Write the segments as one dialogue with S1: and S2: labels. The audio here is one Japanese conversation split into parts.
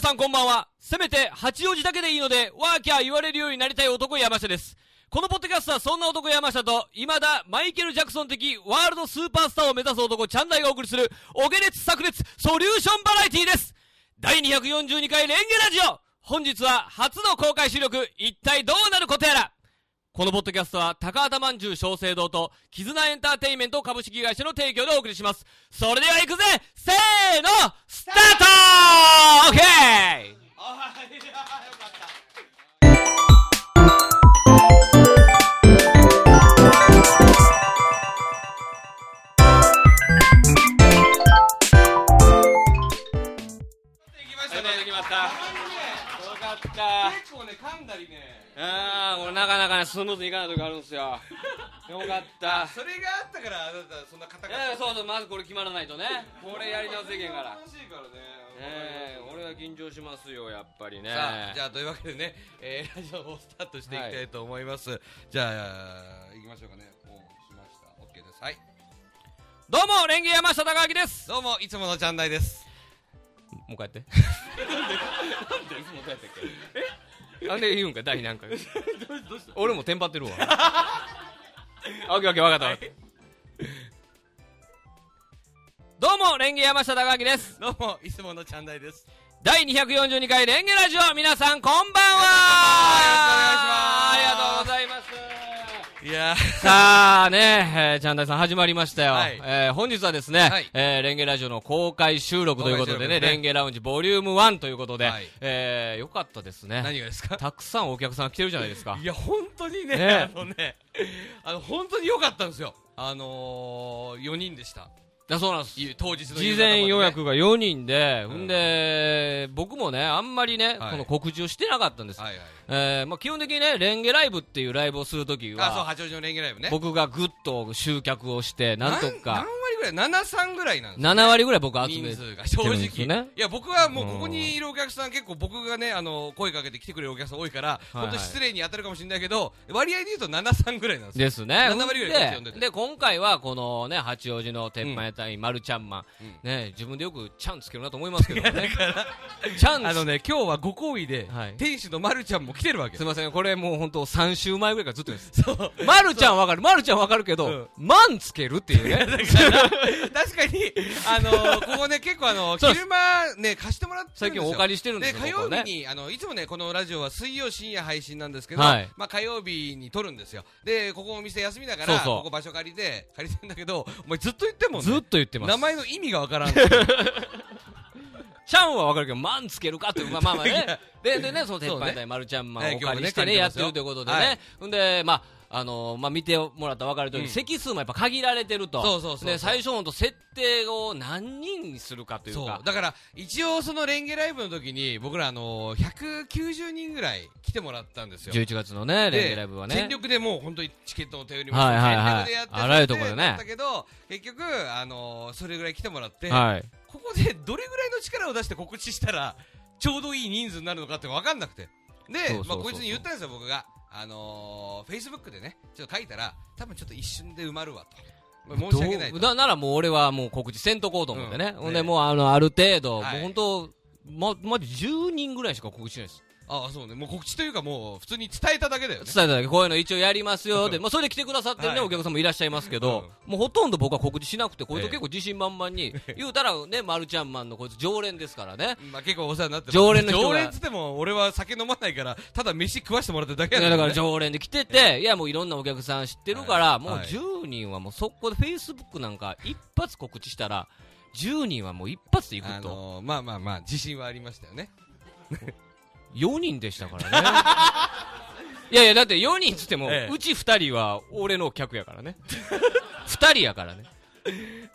S1: さんこんばんは。せめて八王子だけでいいので、ワーキャー言われるようになりたい男山下です。このポッドキャストはそんな男山下と、未だマイケル・ジャクソン的ワールドスーパースターを目指す男チャンダイがお送りする、おげれつ炸裂ソリューションバラエティです。第242回レンゲラジオ本日は初の公開収録、一体どうなることやらこのポッドキャストは、高畑まんじゅう小生堂と、絆エンターテインメント株式会社の提供でお送りします。それでは行くぜせーのスタートオッケーありがとうございました。よか
S2: 行きましたね
S1: った。
S2: 結構ね噛んだりね
S1: あー、これなかなかねスムーズにいかない時あるんですよ。よかった。
S2: それがあったからあなたそんな硬かっ
S1: い
S2: た
S1: やそうそう、まずこれ決まらないとね。これやり直せいけんから。
S2: 楽しいからね
S1: えー、俺は緊張しますよ、やっぱりね。
S2: さあじゃあというわけでね、えー、ラジオをスタートしていきたいと思います、じゃあ行きましょうかねもうしました OK ですはい
S1: どうも、レンゲ山下隆明です。
S2: どうもいつものチャンダイです
S1: もう一回やって。なんで、なんで、もう一回やってっけ。え、なんで言うんか、第 何回。俺もテンパ ってるわ。オッケー、オッケー、わかった。どうも、レンゲ山下隆明です。
S2: どうもいつものチャンダイです
S1: 第242回レンゲラジオ、皆さん、こんばんは。ありがとうございます。
S2: いや
S1: さあね、えー、ちゃんだいさん始まりましたよ。
S2: はい
S1: えー本日はですね、
S2: はい
S1: えーレンゲラジオの公開収録ということでね、
S2: 公開収録ですね
S1: レンゲラウンジボリューム1ということで、
S2: はい
S1: えーよかったですね。
S2: 何がですか
S1: たくさんお客さん来てるじゃないですか
S2: い。や本当にね
S1: ね
S2: あのねあの本当に良かったんですよあのー、4人でした
S1: だそうなんです。
S2: い当日の
S1: 事
S2: 夕方までね
S1: 前予約が4人で、
S2: うん
S1: ほんで、僕もね、あんまりね、
S2: はい
S1: この告知をしてなかったんです。
S2: はいはい
S1: えーまあ、基本的にね、レンゲライブっていうライブをするとき
S2: あそう
S1: は、
S2: 八王子のレンゲライブね
S1: 僕がぐっと集客をして、なんと
S2: 何
S1: か、
S2: 何割ぐらい73ぐらいなんですよ
S1: 7割ぐらい僕集め
S2: 人
S1: て
S2: 数が
S1: る
S2: 正
S1: んです
S2: 直、
S1: よね
S2: いや僕はもうここにいるお客さん結構僕がねあの声かけて来てくれるお客さん多いから、
S1: はい
S2: 本当失礼に当たるかもしれないけど割合で言うと73ぐらいなんですよ
S1: ですね。
S2: 7割ぐらいこっち呼んで
S1: で
S2: て
S1: で、今回はこのね、八王子の鉄板屋隊、まるちゃんマン、
S2: う
S1: ね、自分でよくちゃんつ けるなと思いますけどね。ちゃん
S2: あの
S1: つ、
S2: ね今日はご好意で、
S1: はい
S2: 店主のまるちゃんも来てるわけ
S1: すみません、これもう本当3週前ぐらいからずっと言うんです。
S2: そう
S1: まるちゃんわかる、まるちゃんわかるけど、マンつけるって いうね。
S2: 確かに、あのここね、結構あの
S1: そうです
S2: 昼間ね、貸してもらってるんですよ
S1: 最近お借りしてるんですよ、
S2: 火
S1: こ
S2: 曜
S1: こね
S2: 日。にあのいつもねこのラジオは水曜深夜配信なんですけど、
S1: はい
S2: まあ火曜日に撮るんですよでここお店休みだから
S1: そうそう
S2: ここ場所借りて借りてんだけどお前ずっと言ってんもんね
S1: ずっと言ってます。
S2: 名前の意味がわからん
S1: ちゃんはわかるけど、マンつけるかっていう、まあまあ まあね。で、でね、その鉄板
S2: そう
S1: 隊、まるちゃんマン
S2: ね
S1: をお借りしてね、
S2: 今
S1: やっ
S2: 日
S1: てる
S2: もね借
S1: とい
S2: りて
S1: う
S2: ま
S1: こ
S2: すよ
S1: とでね。んで、まあ、あのーまあ、見てもらったら分かるとおり、
S2: うん
S1: 席数もやっぱ限られてると。
S2: そうそうそうそう
S1: で、最初のほんと設定を何人にするかという
S2: そ
S1: か
S2: う。だから一応そのレンゲライブの時に僕らあの190人ぐらい来てもらったんですよ
S1: 11月のね、
S2: で
S1: レンゲライブはね。
S2: 全力でもう本当にチケットを頼りま
S1: はいはいはい
S2: 全力でやって
S1: あらゆるところでね
S2: やったけど結局あのそれぐらい来てもらって、
S1: はい。
S2: ここでどれぐらいの力を出して告知したらちょうどいい人数になるのかって分かんなくて
S1: そうそ
S2: で
S1: うそう
S2: まあこいつに言ったんですよ僕があのー、フェイスブックでねちょっと書いたら多分ちょっと一瞬で埋まるわと、まあ申し訳ない
S1: どう
S2: と
S1: だならもう俺はもう告知せんとこうと思ってね。
S2: うん
S1: ほんで、
S2: ね
S1: もうあの、ある程度、
S2: はい
S1: もう本当ま、まじ10人ぐらいしか告知しないです。
S2: ああそうねもう告知というかもう普通に伝えただけだよね
S1: 伝えただけ、こういうの一応やりますよ。で、
S2: う
S1: まあ、それで来てくださってるね、
S2: はい
S1: お客さんもいらっしゃいますけど、もうほとんど僕は告知しなくて、こいつ
S2: ええ
S1: 結構自信満々に、言うたらね、マルちゃんマンのこいつ常連ですからね。
S2: まあ結構お世話になってます
S1: 常連の人が
S2: 常連っつっても俺は酒飲まないからただ飯食わしてもらってるだけ
S1: い
S2: や
S1: やだから
S2: ね
S1: 常連で来てて、いやもういろんなお客さん知ってるから、
S2: はい
S1: もう10人はもう速攻で Facebook なんか一発告知したら、10人はもう一発で行
S2: あ
S1: くと。
S2: のー、まあまあまあ自信はありましたよ ね
S1: 4人でしたからね。 いやいや、だって4人っつっても、
S2: ええ
S1: うち2人は俺の客やからね。2人やからね。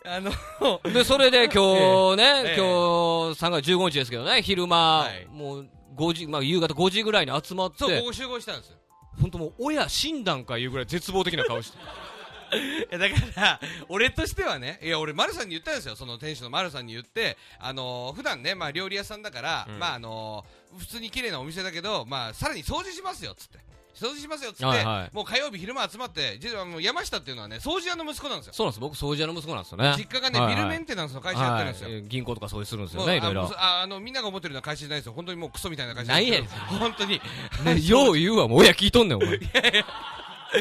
S2: あの
S1: で、それ で今日ね、
S2: ええ
S1: 今日3月15日ですけどね、昼間、
S2: はい
S1: もう5時、まあ夕方5時ぐらいに集まっ
S2: そうこ
S1: て、
S2: こ集合したんですよ
S1: 本当もう親死んだんかいうぐらい絶望的な顔 して。
S2: いやだから、俺としてはね、いや、俺、丸さんに言ったんですよ、その店主の丸さんに言って、あのー、普段ね、まあ、料理屋さんだから、
S1: うん
S2: まあ、あのー、普通に綺麗なお店だけど、まあ、さらに掃除しますよ、つって。掃除しますよっつって、
S1: はいはい
S2: もう火曜日昼間集まって実はもう山下っていうのはね掃除屋の息子なんですよ
S1: そうなんです僕掃除屋の息子なんですよね
S2: 実家がね、
S1: はいはい
S2: ビルメンテナンスの会社やってるんですよ、
S1: はいえー銀行とか掃除するんです
S2: も
S1: よ
S2: う
S1: ね
S2: あ
S1: いろいろ
S2: もうああのみんなが思ってるような会社じゃないですよ、本当にもうクソみたいな会社です
S1: ないやん
S2: 本当に、
S1: ね、よう言うわ、もう親聞いとんねん、お前。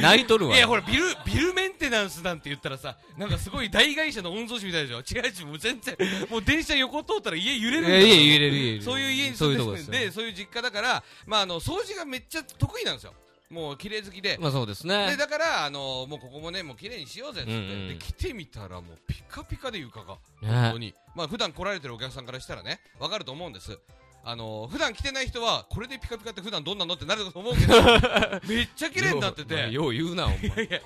S1: 泣いとるわ。
S2: いやほらビル、ビルメンテナンスなんて言ったらさ、なんかすごい大会社の御曹司みたいでしょ、違う違う、もう全然、もう電車横通ったら家揺れるんだよ
S1: いや家揺れる家揺れる
S2: そういう家に
S1: そう
S2: 住
S1: い
S2: ん
S1: うと
S2: でる
S1: こで
S2: んです
S1: よ
S2: で、そういう実家だから、まあ、あの掃除がめっちゃ得意なんですよ、もう綺麗好きで、
S1: まあそうです
S2: で
S1: ね。
S2: だから、あのもうここもね、もう綺麗にしようぜっつって、
S1: うんうん
S2: で来てみたら、もうピカピカで床が。本
S1: ね
S2: 当に、まあ普段来られてるお客さんからしたらね、わかると思うんです。あの普段来てない人は、これでピカピカって普段どんなのってなると思う けど、めっちゃ綺麗になってて、
S1: ようよう言うな、お 前。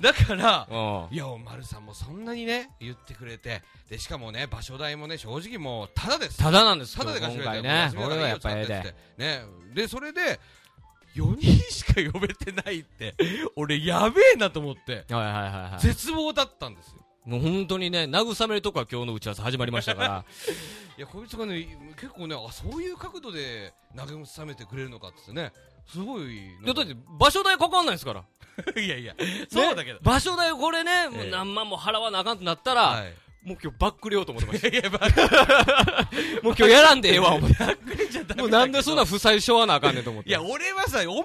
S2: だから、
S1: うん
S2: いや、おまるさんもそんなにね、言ってくれて、でしかもね、場所代もね、正直もう、ただです。
S1: ただなんですよ
S2: ただで貸して
S1: 今
S2: く
S1: 回
S2: れて、
S1: ね。
S2: もう休みだ
S1: 俺
S2: から
S1: はやっ
S2: いいよ
S1: ぱええ
S2: 使
S1: で。
S2: てってね、で、それで、4人しか呼べてないって、 俺、やべえなと思って、
S1: はいはいはいは
S2: 絶望だったんですよ。
S1: い。もう本当にね、慰めるとこは今日の打ち合わせ始まりました から。
S2: いやこいつがね結構ねあそういう角度で投げさめてくれるのかっつってねすごい
S1: いやだっ
S2: い
S1: て場所代かかんないですから。
S2: や いやいやそうだけど、
S1: ね場所代これね、
S2: ええ
S1: もう何万も払わなあかんとなった
S2: は
S1: ら、
S2: い
S1: もう今日バックれようと思ってました。
S2: いやいやバ
S1: もう今日やらんでええわ、思って。
S2: ちゃダメだけ ど
S1: もうなんでそんな負債しょわなあかんねんと思って。
S2: いや俺はさお前は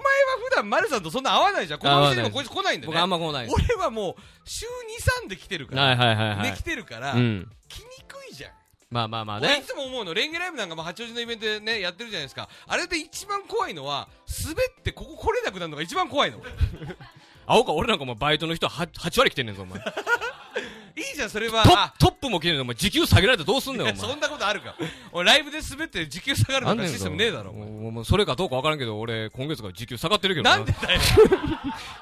S2: 普段丸さんとそんな合わないじゃんこの店にもこいつ来ないんだよ、
S1: 僕
S2: ね、
S1: あんま来ないです。
S2: 俺はもう週23で来てるから、
S1: はいはいはいは
S2: で
S1: い
S2: 来。てるから、
S1: うん。
S2: 来にくいじゃん
S1: まあまあまあ
S2: 俺い
S1: ね。
S2: つも思うの、レンゲライブなんかも八王子のイベントでね、やってるじゃないですか。あれで一番怖いのは、滑ってここ来れなくなるのが一番怖いの。
S1: 青か俺なんかもうバイトの人は 8, 割来てんねんぞお 前ト
S2: いいじゃん、それは。あ
S1: ットップも来てんねんぞお前時給下げられたらどうすんねんお前
S2: そんなことあるか。俺、ライブで滑って時給下がる
S1: あ
S2: なんんか
S1: ねん
S2: シ
S1: ぞ
S2: ステムねえだろ。お前
S1: もうもうそれかどうか分からんけど俺今月から時給下がってるけど
S2: なんでだよ。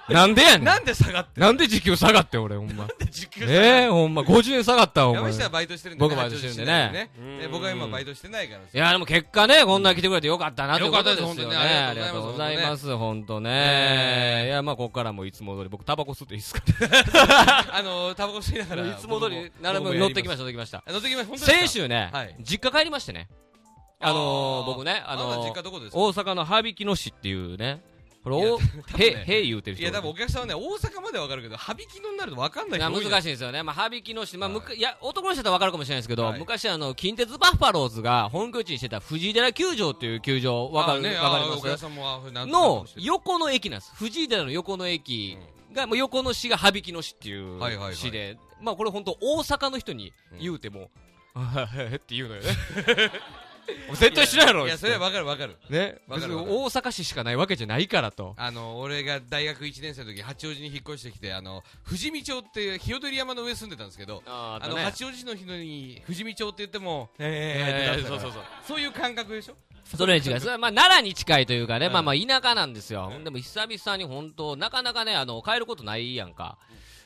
S1: なんでやねん
S2: なんで下がっ
S1: なんで時給下がって俺ほんま
S2: て時給下がる
S1: ええほんま50円下がったわお
S2: 山
S1: 前
S2: 下はいバイトしてるんでね。
S1: 僕バイトしてるんでね
S2: 八王子市内
S1: うん
S2: でね僕は今バイトしてないから さ。
S1: やでも結果ねこんな来てくれてよかったなという
S2: よ
S1: こ
S2: かっ
S1: と
S2: たで
S1: ですすよねあ
S2: 本当
S1: り
S2: に
S1: が
S2: ね
S1: とうござい
S2: ありがとうござい
S1: ま
S2: ます
S1: 本当ねいやまあここからもいつも通り僕タバコ吸っていいですか
S2: あのー、タバコ吸いながら。
S1: いつも通り並ぶ乗ってきました乗ってきました
S2: た。乗ってきました。本当ですか
S1: 先。週ね
S2: はい
S1: 実家帰りましてねあのー僕ねあ
S2: あなた
S1: のー
S2: 実家どこですか
S1: 大阪の羽曳野市っていうね、これ、
S2: いや
S1: お
S2: 多分
S1: へ、
S2: ね
S1: へい言うてる
S2: い
S1: 人
S2: や、多分お客さんはね、大阪までわかるけど、羽曳野になるとわかんない
S1: いや
S2: 人多
S1: 難
S2: い
S1: しい
S2: じ
S1: ん
S2: ゃん
S1: ですよね、まあ、羽曳野市、まあ
S2: はい
S1: むかいや、男の人だったら分かるかもしれないですけど、
S2: はい
S1: 昔あの、近鉄バッファローズが本拠地にしてた藤井寺球場っていう球場、分かる、
S2: あね
S1: わか
S2: あ
S1: りま
S2: お客
S1: す
S2: さんもあなんとなく
S1: の
S2: してる
S1: 横の駅なんです、藤井寺の横の駅が、もう横の市が羽曳野市っていう
S2: はいはいはい
S1: 市で、まあ、これ、本当、大阪の人に言うても、 って言うのよ ね、絶対しないやろ
S2: いや、それはわかるわかる。
S1: ね、
S2: わか
S1: 別に
S2: るわ
S1: 大
S2: かる
S1: 阪市しかないわけじゃないからと。
S2: あの俺が大学1年生の時八王子に引っ越してきてあの富士見町っていう日踊り山の上住んでたんですけど
S1: あ
S2: あの八王子の日のに富士見町って言っても
S1: え
S2: え
S1: ーそうそう
S2: そうそういう感覚でしょ
S1: それ に違い、それはまあ奈良に近いというかね、
S2: うん
S1: まあまあ田舎なんですよ
S2: う。ん
S1: でも久々に本当、なかなかね、あの帰ることないやんか。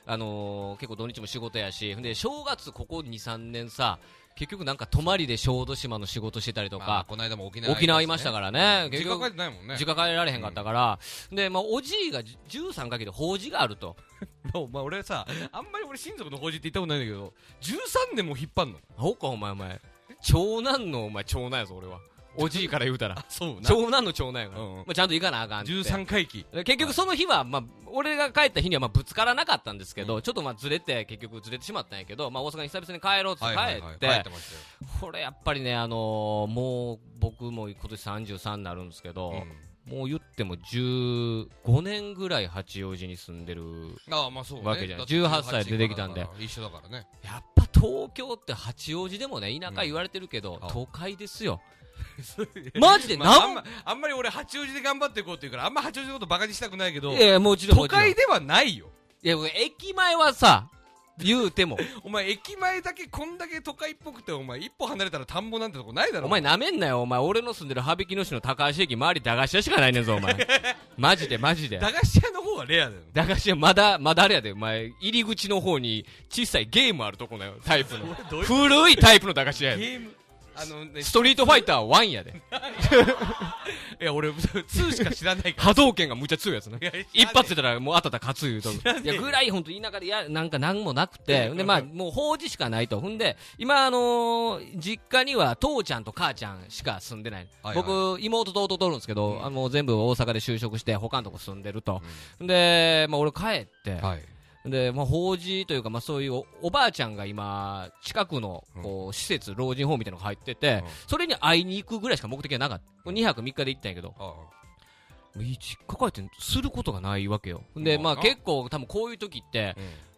S1: あのー結構土日も仕事やし、で正月ここ2、3年さ、結局なんか泊まりで小豆島の仕事してたりと
S2: まあ
S1: か、
S2: この間も沖縄
S1: 沖縄いましたからね、
S2: 時
S1: 結
S2: 間
S1: 局
S2: かってないもんね
S1: 時間帰られへんかったから、でまあおじいが13かけで法事があると。
S2: お前俺さあんまり俺親族の法事って言ったことないんだけど13年も引っ張んの。
S1: ほっかお前お前、長男のお前長男やぞ俺は。おじいから言うたら
S2: そう な
S1: 長男の長男やから。
S2: うんうん
S1: まあちゃんと行かなあかんって。
S2: 13回忌
S1: で結局その日は、まあ、俺が帰った日にはまあぶつからなかったんですけど、ちょっとまあずれて結局ずれてしまったんやけど、まあ、大阪に久々に帰ろうっつって帰って、
S2: 帰ってましたよ
S1: これやっぱりね、あのーもう僕も今年33になるんですけど、もう言っても15年ぐらい八王子に住んでる
S2: うんああまあそうね
S1: わけじゃない
S2: だって
S1: 18歳出てきたんで
S2: 一緒だから ね
S1: やっぱ東京って八王子でもね田舎言われてるけど、
S2: うんあ
S1: 都会ですよマジで
S2: まあ、あ
S1: なん
S2: ん、まあんまり俺八王子で頑張っていこうって言うからあんま八王子のことバカにしたくないけど
S1: いやいやもちろん
S2: 都
S1: もちろん
S2: 会ではないよ
S1: いや駅前はさ言うても
S2: お前駅前だけこんだけ都会っぽくてお前一歩離れたら田んぼなんてとこないだろ
S1: お前なめんなよ、お前。俺の住んでる羽曳野市の高橋駅周り駄菓子屋しかないねんぞ、 お前。マジで、マジで。
S2: 駄菓子屋の方がレアだよ
S1: 駄菓子屋、まだ、まだあれやで、お前。入り口の方に小さいゲームあるとこのよ、タイプの。
S2: ど
S1: 古いタイプの駄菓子屋やで。
S2: ゲームあのね
S1: ストリートファイター1やで。
S2: いや、俺、2しか知らない か
S1: 波動拳がむっちゃ強いやつね
S2: ら。いや
S1: 一発出たらもうあたた勝つ言うとるいやぐらい本当田舎でやなんか何もなくてほんでまあもう法事しかないとほんで今あのー実家には父ちゃんと母ちゃんしか住んでない、
S2: はいはい
S1: 僕妹と弟とおるんですけど、
S2: うん
S1: あの全部大阪で就職して他のとこ住んでると、ほんでまあ俺帰って、
S2: はい。
S1: で、まあ、法事というか、まあ、そういうおおばあちゃんが今、近くのこう施設、老人ホームみたいなのが入ってて、
S2: うん
S1: それに会いに行くぐらいしか目的はなかった、2泊3日で行ったんやけど、
S2: あ
S1: 実家帰ってすることがないわけよ、
S2: まあ
S1: で、
S2: な
S1: まあ、結構、多分こういう時って、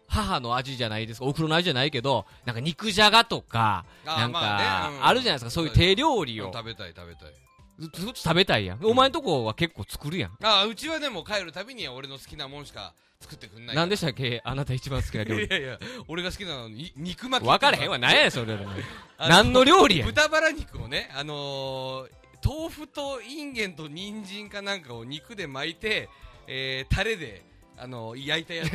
S1: 母の味じゃないですか、おふくろの味じゃないけど、なんか肉じゃがとか、
S2: あ
S1: なん
S2: まあ
S1: か
S2: ねう、ん
S1: あるじゃないですか、そういう手料理
S2: うん
S1: を
S2: 食べたい食べたい
S1: ずっと食べたいやん、お前んとこは結構作るやん、
S2: ああうちはでも帰るたびに俺の好きなもんしか作ってくんない
S1: なんでしたっけ、あなた一番好きな料 理
S2: い。やいや俺が好きなのに肉巻き
S1: 分からへんわ、何やねんそれ。
S2: あの
S1: 何の料理や
S2: 豚バラ肉をねあのー豆腐とインゲンと人参かなんかを肉で巻いてえータレであのー焼い たやつ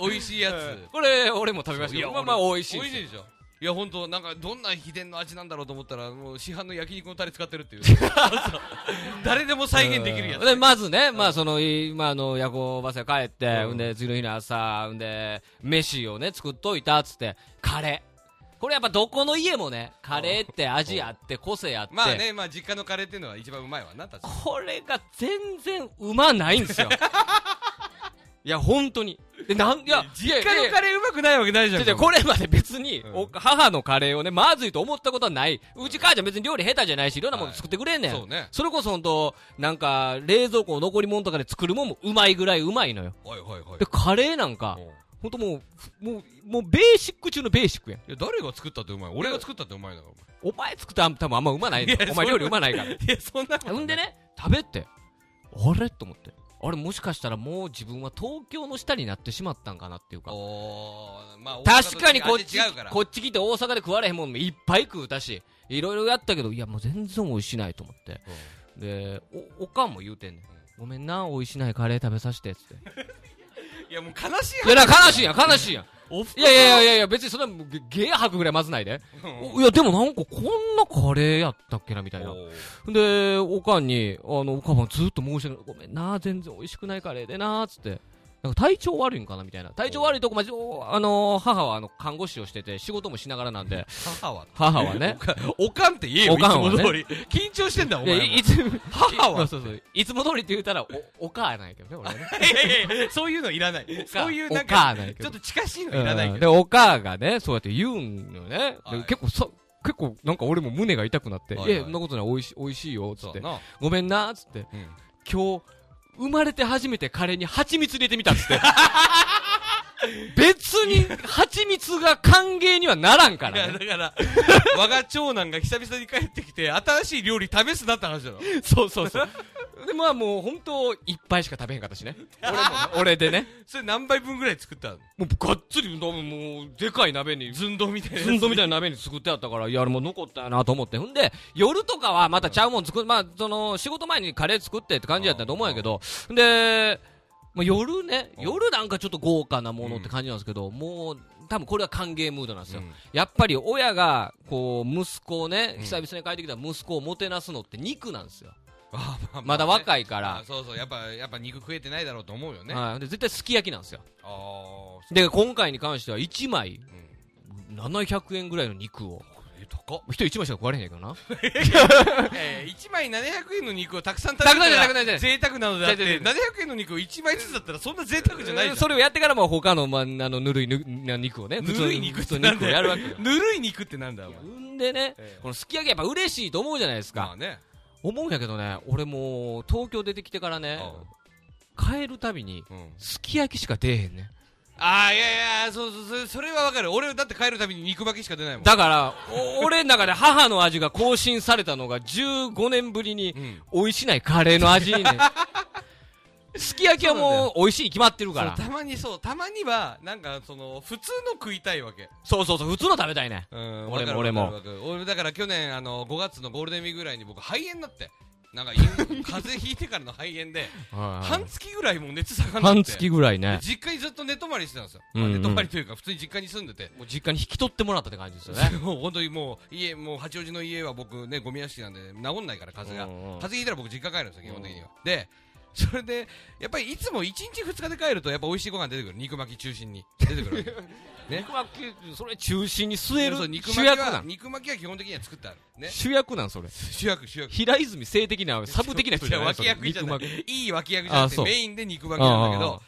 S2: 美味しいやつ
S1: これ、俺も食べましたけど、まあまあ美味しい
S2: 美
S1: で
S2: 味
S1: す
S2: しい
S1: よ。
S2: でしょいや本当なんかどんな秘伝の味なんだろうと思ったらもう市販の焼肉のタレ使って るっていう誰でも再現できるやつ
S1: で、まずね、まあその、今あの、夜行バスが帰って、んで、次の日の朝、んで、飯をね、作っといた、つって、カレー。これやっぱどこの家もね、カレーって味あって、個性あって。
S2: まあね、まあ実家のカレーっていうのは一番うまいわな、確かに。
S1: これが全然うまないんです よ。いや、本当に。で、なん、いや、いやいやいや
S2: レーうまくないわけないじ
S1: じゃじゃこれまで別に、
S2: うん
S1: お母のカレーをね、まずいと思ったことはない。うち母ちゃん別に料理下手じゃないし、いろんなもの作ってくれんねん。
S2: そうね。
S1: それこそ本当なんか、冷蔵庫の残り物とかで作るもんもうまいぐらいうまいのよ。
S2: はいはいはい
S1: で、。カレーなんか
S2: うん、い
S1: 本当もうふ、もう、もうベーシック中のベーシックやん。
S2: や、誰が作ったってうまい。俺が作ったってうまいだろ、
S1: お前作ったら多分あんまうまないの
S2: いや
S1: お前
S2: そ
S1: 料
S2: れ
S1: 理うまないから。
S2: いや、そんな
S1: ほんでね、食べて、あれと思って。あれもしかしたらもう自分は東京の下になってしまったんかなっていうか。
S2: おー、まあ、
S1: 確かにこっ
S2: 味
S1: ち
S2: 違うから。
S1: こっち来て大阪で食われへんもんもいっぱい食うたしいろいろやったけどいやもう全然美味しないと思ってでおおかんも言うてんねんごめんな美味しないカレー食べさせてっつって
S2: いや、もう悲しい
S1: いやだから悲しいやん悲しいやん
S2: おふ
S1: いやいやいやいや別にそんなもうゲゲー吐くぐらいまずないでおいやでもなんかこんなカレーやったっけなみたいなでおかんにあのおかんはずっと申し訳ないごめんな全然美味しくないカレーでなっつってなんか体調悪いんかなみたいな体調悪いとこまでおあの母はあの看護師をしてて仕事もしながらなんで
S2: 母は。
S1: 母はね。
S2: おかんって言えよ、
S1: おかんはいね
S2: つも通り。緊張してん だ、お
S1: いや
S2: 前も。
S1: いいつ、
S2: 母は。
S1: そうそうそういつも通りって言うたら、お、お母なんやけどね、俺はね。
S2: いやいやいやそういうのいらない。 そういうなん
S1: お
S2: か、
S1: 母なんやけ
S2: ちょ
S1: ど
S2: っ。と近しいのいらないけ
S1: ど。
S2: ど。
S1: で、お母がね、そうやって言うんよね。
S2: は
S1: で
S2: い
S1: 結構そ、結構なんか俺も胸が痛くなって、い
S2: はいはい
S1: や、そんなことない、おいしおいしいよ、つっ
S2: そう
S1: て
S2: や。な。
S1: ごめんな、つって。
S2: うん
S1: 今日、生まれて初めてカレーに蜂蜜入れてみたっ つって。別に蜂蜜が歓迎にはならんか
S2: い
S1: ら
S2: や、
S1: ね、
S2: だから、我が長男が久々に帰ってきて、新しい料理試すなって話だろ。
S1: そうそうそう。で、まあもう本当、いっぱいしか食べへんかったし ね。俺も、俺でね。
S2: それ何杯分ぐらい作ったの
S1: もうがっつり、もう、でかい鍋に、
S2: 寸胴みたいなやつ
S1: 寸胴みたいな鍋に作ってあったから、いや、あれもう残ったよなと思って。ほんで、夜とかはまたちゃうもん作る、まあ、その、仕事前にカレー作ってって感じやったと思うんやけど、で、まあ、夜ね、
S2: うん
S1: 夜なんかちょっと豪華なものって感じなんですけど、もう、多分これは歓迎ムードなんですよ。やっぱり親が、こう、息子をね、
S2: うん
S1: 久々に帰ってきた息子をもてなすのって肉なんですよ。
S2: ああまあ
S1: まだ
S2: い
S1: 若いから
S2: あ。そうそうやっぱやっぱ肉食えてないだろうと思うよねあ
S1: はい、で絶対すき焼きなんですよ
S2: あー
S1: で今回に関しては1枚
S2: うん
S1: 700円ぐらいの肉を
S2: え高っ
S1: 一人1枚しか食われへんやけどな
S2: えー、1枚700円の肉をたくさん食べ
S1: たくさん
S2: た
S1: じゃ
S2: ら
S1: なくないじゃない
S2: 贅沢なのであって
S1: 違う違う違う
S2: 700円の肉を1枚ずつだったらそんな贅沢じゃないじゃ
S1: それをやってからも他の,、まあ、あのぬるいぬな肉をね
S2: んぬるい肉っ
S1: 普通
S2: て
S1: に
S2: な
S1: 普通に肉を
S2: んだよ
S1: やるわけよ
S2: ぬるい肉ってなんだお前
S1: んでね
S2: ええ
S1: このすき焼きやっぱ嬉しいと思うじゃないです
S2: ま
S1: か
S2: あね
S1: 思うんやけどね俺もう東京出てきてからね帰るたびに
S2: うん
S1: すき焼きしか出えへんね
S2: あーいやいやそうそうそれそれはわかる俺だって帰るたびに肉巻きしか出ないもん
S1: だからお 俺の中で母の味が更新されたのが15年ぶりに
S2: うん
S1: 美味しないカレーの味にね すき焼きはもう美味しいに決まってる
S2: そ
S1: か
S2: う
S1: ら
S2: たまにそうたまにはなんかその普通の食いたいわけ
S1: そうそうそう普通の食べたいね
S2: う
S1: 俺も
S2: んわかる
S1: 俺も
S2: わかるわかる俺だから去年あの5月のゴールデンウィークぐらいに僕肺炎になってなんかイン風邪ひいてからの肺炎 で半月ぐらいもう熱下がんなくて
S1: 半月ぐらいね。
S2: 実家にずっと寝泊まりしてたんですよ、
S1: うんうん
S2: まあ寝泊まりというか普通に実家に住んでて
S1: もう実家に引き取ってもらったって感じですよね。
S2: もう本当にもう家もう八王子の家は僕ねゴミ屋敷なんで治んないから風邪が、
S1: うんうん
S2: 風邪ひいたら僕実家帰るんですよ基本的には、でそれでやっぱりいつも1日2日で帰るとやっぱ美味しいご飯出てくる肉巻き中心に出てくる わけ
S1: 肉巻き、それ中心に据え
S2: そうそう
S1: る
S2: 肉
S1: 主
S2: 巻き
S1: 役な
S2: は
S1: ん。
S2: 肉巻きは基本的には作ってあるね
S1: 主役なん、それ。
S2: 主役主役
S1: 平泉性的な、サブ的な人じゃない
S2: 脇役じゃない
S1: それ肉
S2: いい脇役じゃなく
S1: あそ
S2: て
S1: う
S2: メインで肉巻きなんだけ
S1: あああ
S2: ど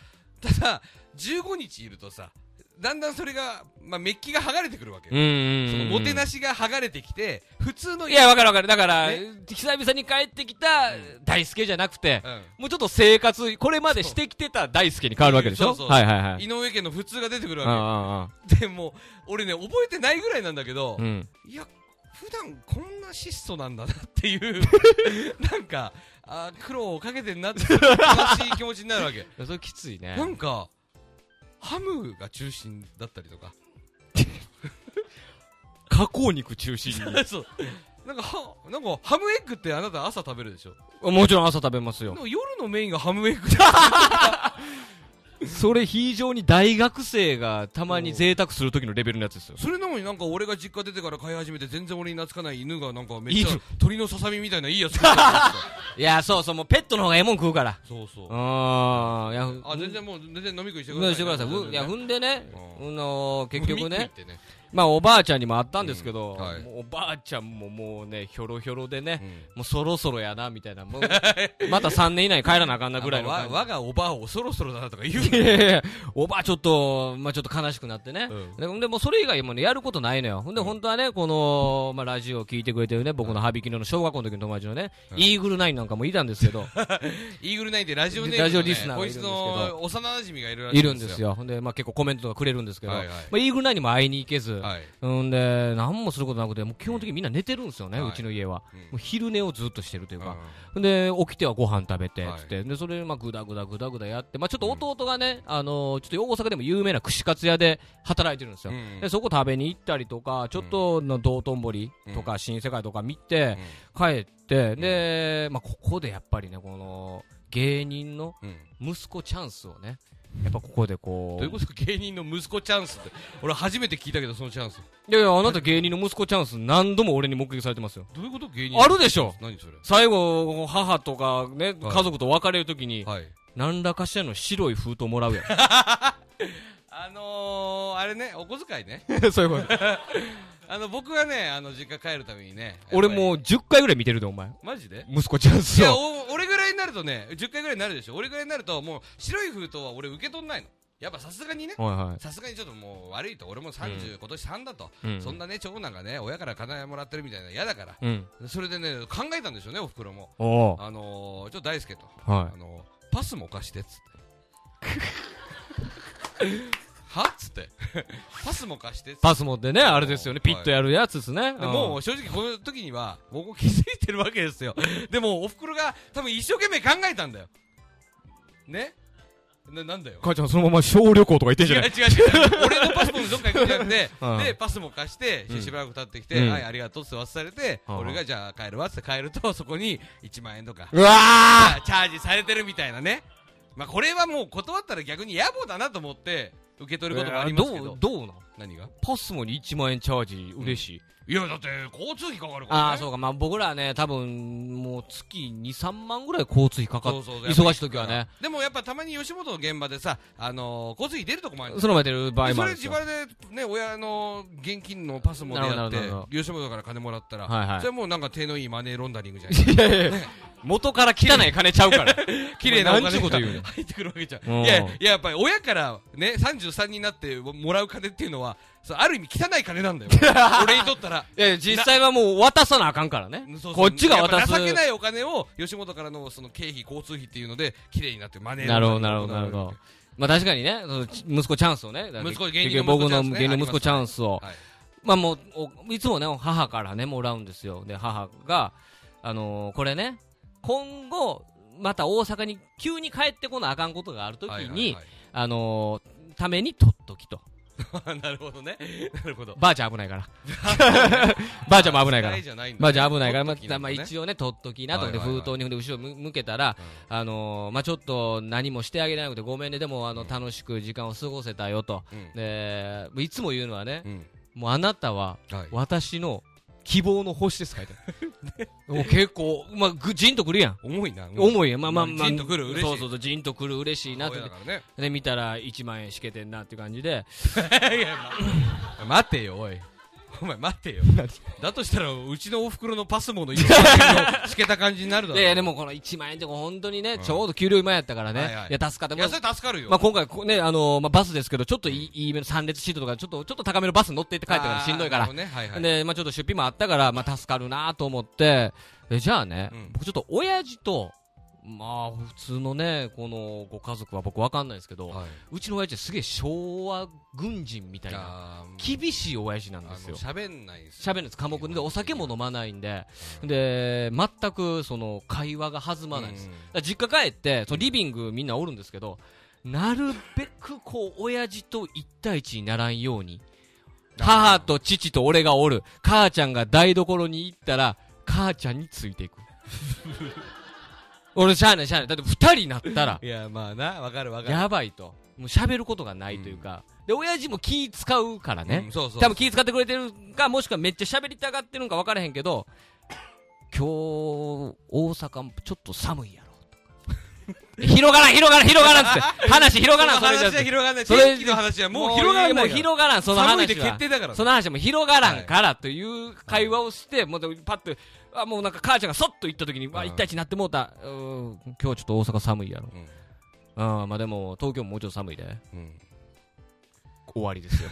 S2: ただ15日いるとさだんだんそれが、まあ、メッキが剥がれてくるわけよ
S1: 巻き。うん
S2: そ
S1: うんう
S2: の
S1: ん。
S2: もてなしが剥がれてきて普通の
S1: いや、わかるわかる。だから、
S2: ね
S1: 久々に帰ってきた大輔じゃなくて、
S2: うん
S1: もうちょっと生活、これまでしてきてた大輔に変わるわけでしょ
S2: そうそう
S1: はいはいはい。
S2: 井上家の普通が出てくる
S1: う
S2: わ
S1: ん
S2: けでも俺ね覚えてないぐらいなんだけど、
S1: うんうんうん。
S2: いや普段こんな質素なんだなっていう なんかあー苦労をかけてんなって悲しい気持ちになる わけ
S1: それきついね
S2: な。んかハムが中心だったりとか
S1: 加工肉中心
S2: そうなんかはなんかハムエッグってあなた朝食べるでしょ
S1: に。もちろん朝食べます
S2: で
S1: よ。
S2: も夜のメインがハムエッグ
S1: それ非常に大学生がたまに贅沢する時のレベルのやつですよ。
S2: それなのになんか俺が実家出てから飼い始めて全然俺に懐かない犬がなんかめっちゃ
S1: 犬
S2: 鳥のささみみたいないいやつ食ってたんですよ
S1: いや、そうそう、もうペットの方がええもん食うから。
S2: そうそうう
S1: ーん。いや、ふ
S2: あ全然もう全然飲み食いして
S1: ふ
S2: ください、
S1: んしてください。
S2: 全
S1: ふ
S2: 然
S1: んいや、踏んでね、
S2: う
S1: あのー結局ね、
S2: 飲み食いってね
S1: まあおばあちゃんにもあったんですけど、
S2: うんはい
S1: もうおばあちゃんももうね、ひょろひょろでね、
S2: うん
S1: もうそろそろやな、みたいな。 もうまた3年以内に帰らなあかんなぐらいの
S2: あ
S1: 感
S2: の
S1: じ。
S2: わ我がおばあをそろそろだなとか言 う
S1: いやいやいやおばあちょっと、まあちょっと悲しくなってね。
S2: うん
S1: でほんで、もうそれ以外もね、やることないのよ。ほんで、
S2: うん
S1: 本当はね、この、まあラジオを聞いてくれてるね、僕の羽引きの小学校の時の友達のね、
S2: うん
S1: イーグルナインなんかもいたんですけ ど、
S2: イーグルナインでラジオネーム、ね、
S1: ラジオリスナーが
S2: こ
S1: いる
S2: い
S1: んです
S2: つ
S1: けど
S2: の幼馴染がいるらし
S1: い
S2: い
S1: るんですよ。ほんで、まあ結構コメントとかくれるんですけど、
S2: はいはい
S1: まあイーグルナインにも会いに行けず、
S2: はい
S1: うんで、何もすることなくて、もう基本的にみんな寝てるんですよね、
S2: はいう
S1: ちの家は。
S2: うん
S1: もう昼寝をずっとしてるという
S2: う
S1: か。
S2: ん
S1: で起きてはご飯食べて
S2: はい
S1: つって、でそれでまあぐだぐだぐだぐだやって、まあ、ちょっと弟がね、あのーちょっと大阪でも有名な串カツ屋で働いてるんですよ、
S2: うん
S1: でそこ食べに行ったりとかちょっとの道頓堀とか新世界とか見て帰って、で、まあ、ここでやっぱりねこの芸人の
S2: うん
S1: 息子チャンスをねやっぱここでこ
S2: ど
S1: う
S2: ういうこと芸人の息子チャンスって俺初めて聞いたけどそのチャンス
S1: いやいやあなた芸人の息子チャンス何度も俺に目撃されてますよ
S2: どういうこと芸人
S1: あるでしょ
S2: 何それ
S1: 最後母とかね
S2: はい
S1: 家族と別れる時に、
S2: はい
S1: 何らかしらの白い封筒もらうやん
S2: あのー、あれねお小遣いね
S1: そういうこと。
S2: あの僕はねあの実家帰るためにね
S1: 俺
S2: や
S1: も
S2: っ
S1: う10回ぐらい見てるで、お前。
S2: ぱりマジで
S1: 息子ちゃん
S2: い
S1: す
S2: や
S1: よ。
S2: お俺ぐらいになるとね10回ぐらいになるでしょ俺ぐらいになるともう白い封筒は俺受け取んないのやっぱさすがにね
S1: はいはい。
S2: さすがにちょっともう悪いと俺も30、今年3だと、
S1: うん
S2: そんなね長男がね親から金もらってるみたいな嫌だから
S1: うん。
S2: それでね考えたんでしょうねおふくろも
S1: おお。
S2: あのー、ちょっと大輔と、
S1: は
S2: あのー、パスも貸してっつって はっつってパスも貸してっ
S1: い。
S2: つって
S1: パス持ってね、あれですよね。
S2: は
S1: ピ
S2: い
S1: ッとやるやつですね。
S2: でも
S1: う
S2: う正直この時には僕も気づいてるわけですよ でもおふくろが多分一生懸命考えたんだよねななんだよ
S1: ん、母ちゃんそのまま小旅行とか行ってんじゃない
S2: 違う違う違う俺のパスポートどっか行くんじゃなくて
S1: うん
S2: でパスも貸してししばらく経ってきて、
S1: うん
S2: はいありがとうって忘れされて、
S1: うん
S2: 俺がじゃあ帰るわって帰るとそこに1万円とか
S1: うわ
S2: チャージされてるみたいなねまあこれはもう断ったら逆に野暮だなと思って受け取ることもありますけど、
S1: どう、どうなん
S2: 何が
S1: パスモに1万円チャージ嬉しい。
S2: いやだって交通費かかるから、ね、
S1: ああ、そうか。まあ僕らはね、多分、もう月2、3万ぐらい交通費かか
S2: そ
S1: っ
S2: うそう
S1: 忙しい時はね。
S2: でもやっぱたまに吉本の現場でさ、あのー、交通費出るとこもあるんです
S1: その前出る場合
S2: よ
S1: も
S2: そ
S1: あ
S2: れ
S1: るんです
S2: 自
S1: よ。
S2: 腹でね、親の現金のパスもで
S1: なる
S2: や
S1: ほど
S2: って
S1: なるほ、
S2: 吉本から金もらったら、
S1: はいはい
S2: それもうなんか手のいいマネーロンダリングじゃない
S1: いやいや元から汚い金ち ゃうから。
S2: 綺麗なお
S1: なんちゅ
S2: 金
S1: うこと言うね
S2: が 入ってくるわけじゃん。
S1: うん
S2: いや、いややっぱり親からね、33になってもらう金っていうのは、そうある意味汚い金なんだ よ。俺にとったら。
S1: いや、実際はもう渡さなあかんからね。
S2: そうそう
S1: こっちが
S2: や
S1: 渡
S2: っ
S1: す。
S2: ぱ情けないお金を吉本からのその経費、交通費っていうので、綺麗になってマネー
S1: なるほど、
S2: ロン
S1: な
S2: ダ
S1: る
S2: リ
S1: ほ
S2: ン
S1: ど、なる
S2: グが行
S1: ほ
S2: われ
S1: ど。まあ確かにね、そのち息子チャンスをね、だから
S2: 息子芸人
S1: 結
S2: の
S1: 局僕の
S2: 息子チャンスね
S1: 芸人の息子チャンスを
S2: け、はい
S1: まあもう、おいつもね、母からね、もらうんですよ。で、母が、あのーこれね、今後、また大阪に急に帰ってこなあかんことがあるときに、
S2: はいはいはい
S1: あのーために取っときと。
S2: なるほどね。なる ほど。
S1: ばあちゃん危ないから。ばあちゃんも危ないから
S2: 世代。じゃないんだ
S1: ばあちゃん危ないから、ま
S2: 取
S1: あ
S2: っときな、ん
S1: ま
S2: だ
S1: あ
S2: ね
S1: 一応ね、取っときなと思って、
S2: はいはいは
S1: 封
S2: い
S1: 筒にほんで後ろむ向けたら、あのーまあちょっと何もしてあげなくてごめんね、でもあの楽しく時間を過ごせたよと。
S2: うん
S1: で、いつも言うのはね
S2: う、ん。
S1: もうあなたは
S2: はい。
S1: 私の希望の星です、書いてあ る。もう結構、まあ、ぐじんとくるやん。
S2: 重いな。い。
S1: 重いやん、まあまあ
S2: うん
S1: まあ。
S2: じんとくる嬉しい
S1: そうそうそう、じんとくる、嬉しいな
S2: な
S1: って。
S2: だからね。
S1: で、見たら1万円しけてんなって感じで。
S2: いや、ま、待てよ、おい。お前待てよ。だとしたら、うちのお袋のパスモの一番上のしけた感じになるだろ。
S1: いやいやでもこの1万円って本当にね、
S2: ん
S1: ちょうど給料今やったからね、
S2: はい
S1: い
S2: はい
S1: や、助かって
S2: い
S1: ま
S2: や、
S1: す
S2: そ。れ助かるよ。
S1: まあ、今回こ、ね、あのーまあ、バスですけど、ちょっといい,、いいめの3列シートとか、ちょっと、ちょっと高めのバスに乗っていって帰ったからしんどいか
S2: あ
S1: ら
S2: ー。なるほどね、はいはい。
S1: で、まあ、ちょっと出費もあったから、まあ、助かるなと思って、えじゃあね、
S2: うん
S1: 僕ちょっと親父と、まあ、普通のね、この、ご家族は僕わかんないですけど、
S2: はいう
S1: ちの親父はすげえ昭和軍人みたいな、
S2: あー
S1: 厳しい親父なんです
S2: あ
S1: よ
S2: の。喋んないです
S1: 喋るんです、寡黙で、お酒も飲まないんで、で、全く、その、会話が弾まないんです。だから実家帰ってそのリビングみんなおるんですけどなるべくこう親父と一対一にならんように母と父と俺がおる母ちゃんが台所に行ったら母ちゃんについてい く俺しゃあないしゃあないだって二人になったら
S2: いやまあなわかるわかる
S1: やばいともう喋ることがないというか、で親父も気使うからね、
S2: うんそうそう
S1: 多分気使ってくれてるかもしくはめっちゃ喋りたがってるんか分からへんけど今日大阪ちょっと寒いやろ とか広がらん広がらん広がらんっつって話広がらん
S2: そ
S1: そ
S2: の
S1: れじゃ
S2: 話は広がらない
S1: それ
S2: 天気の話はもう広がら
S1: も
S2: な
S1: う
S2: いから
S1: 広がらんその話は
S2: 寒いで決定だから
S1: その話も広がらんからという会話をして、もうパッとあもうなんか母ちゃんがそっと行った時に、わ
S2: うん
S1: 一対一になってもうたうーん今日ちょっと大阪寒いやろ、
S2: うん
S1: あーまあでも東京ももうちょっと寒いで
S2: うん
S1: 終わりですよ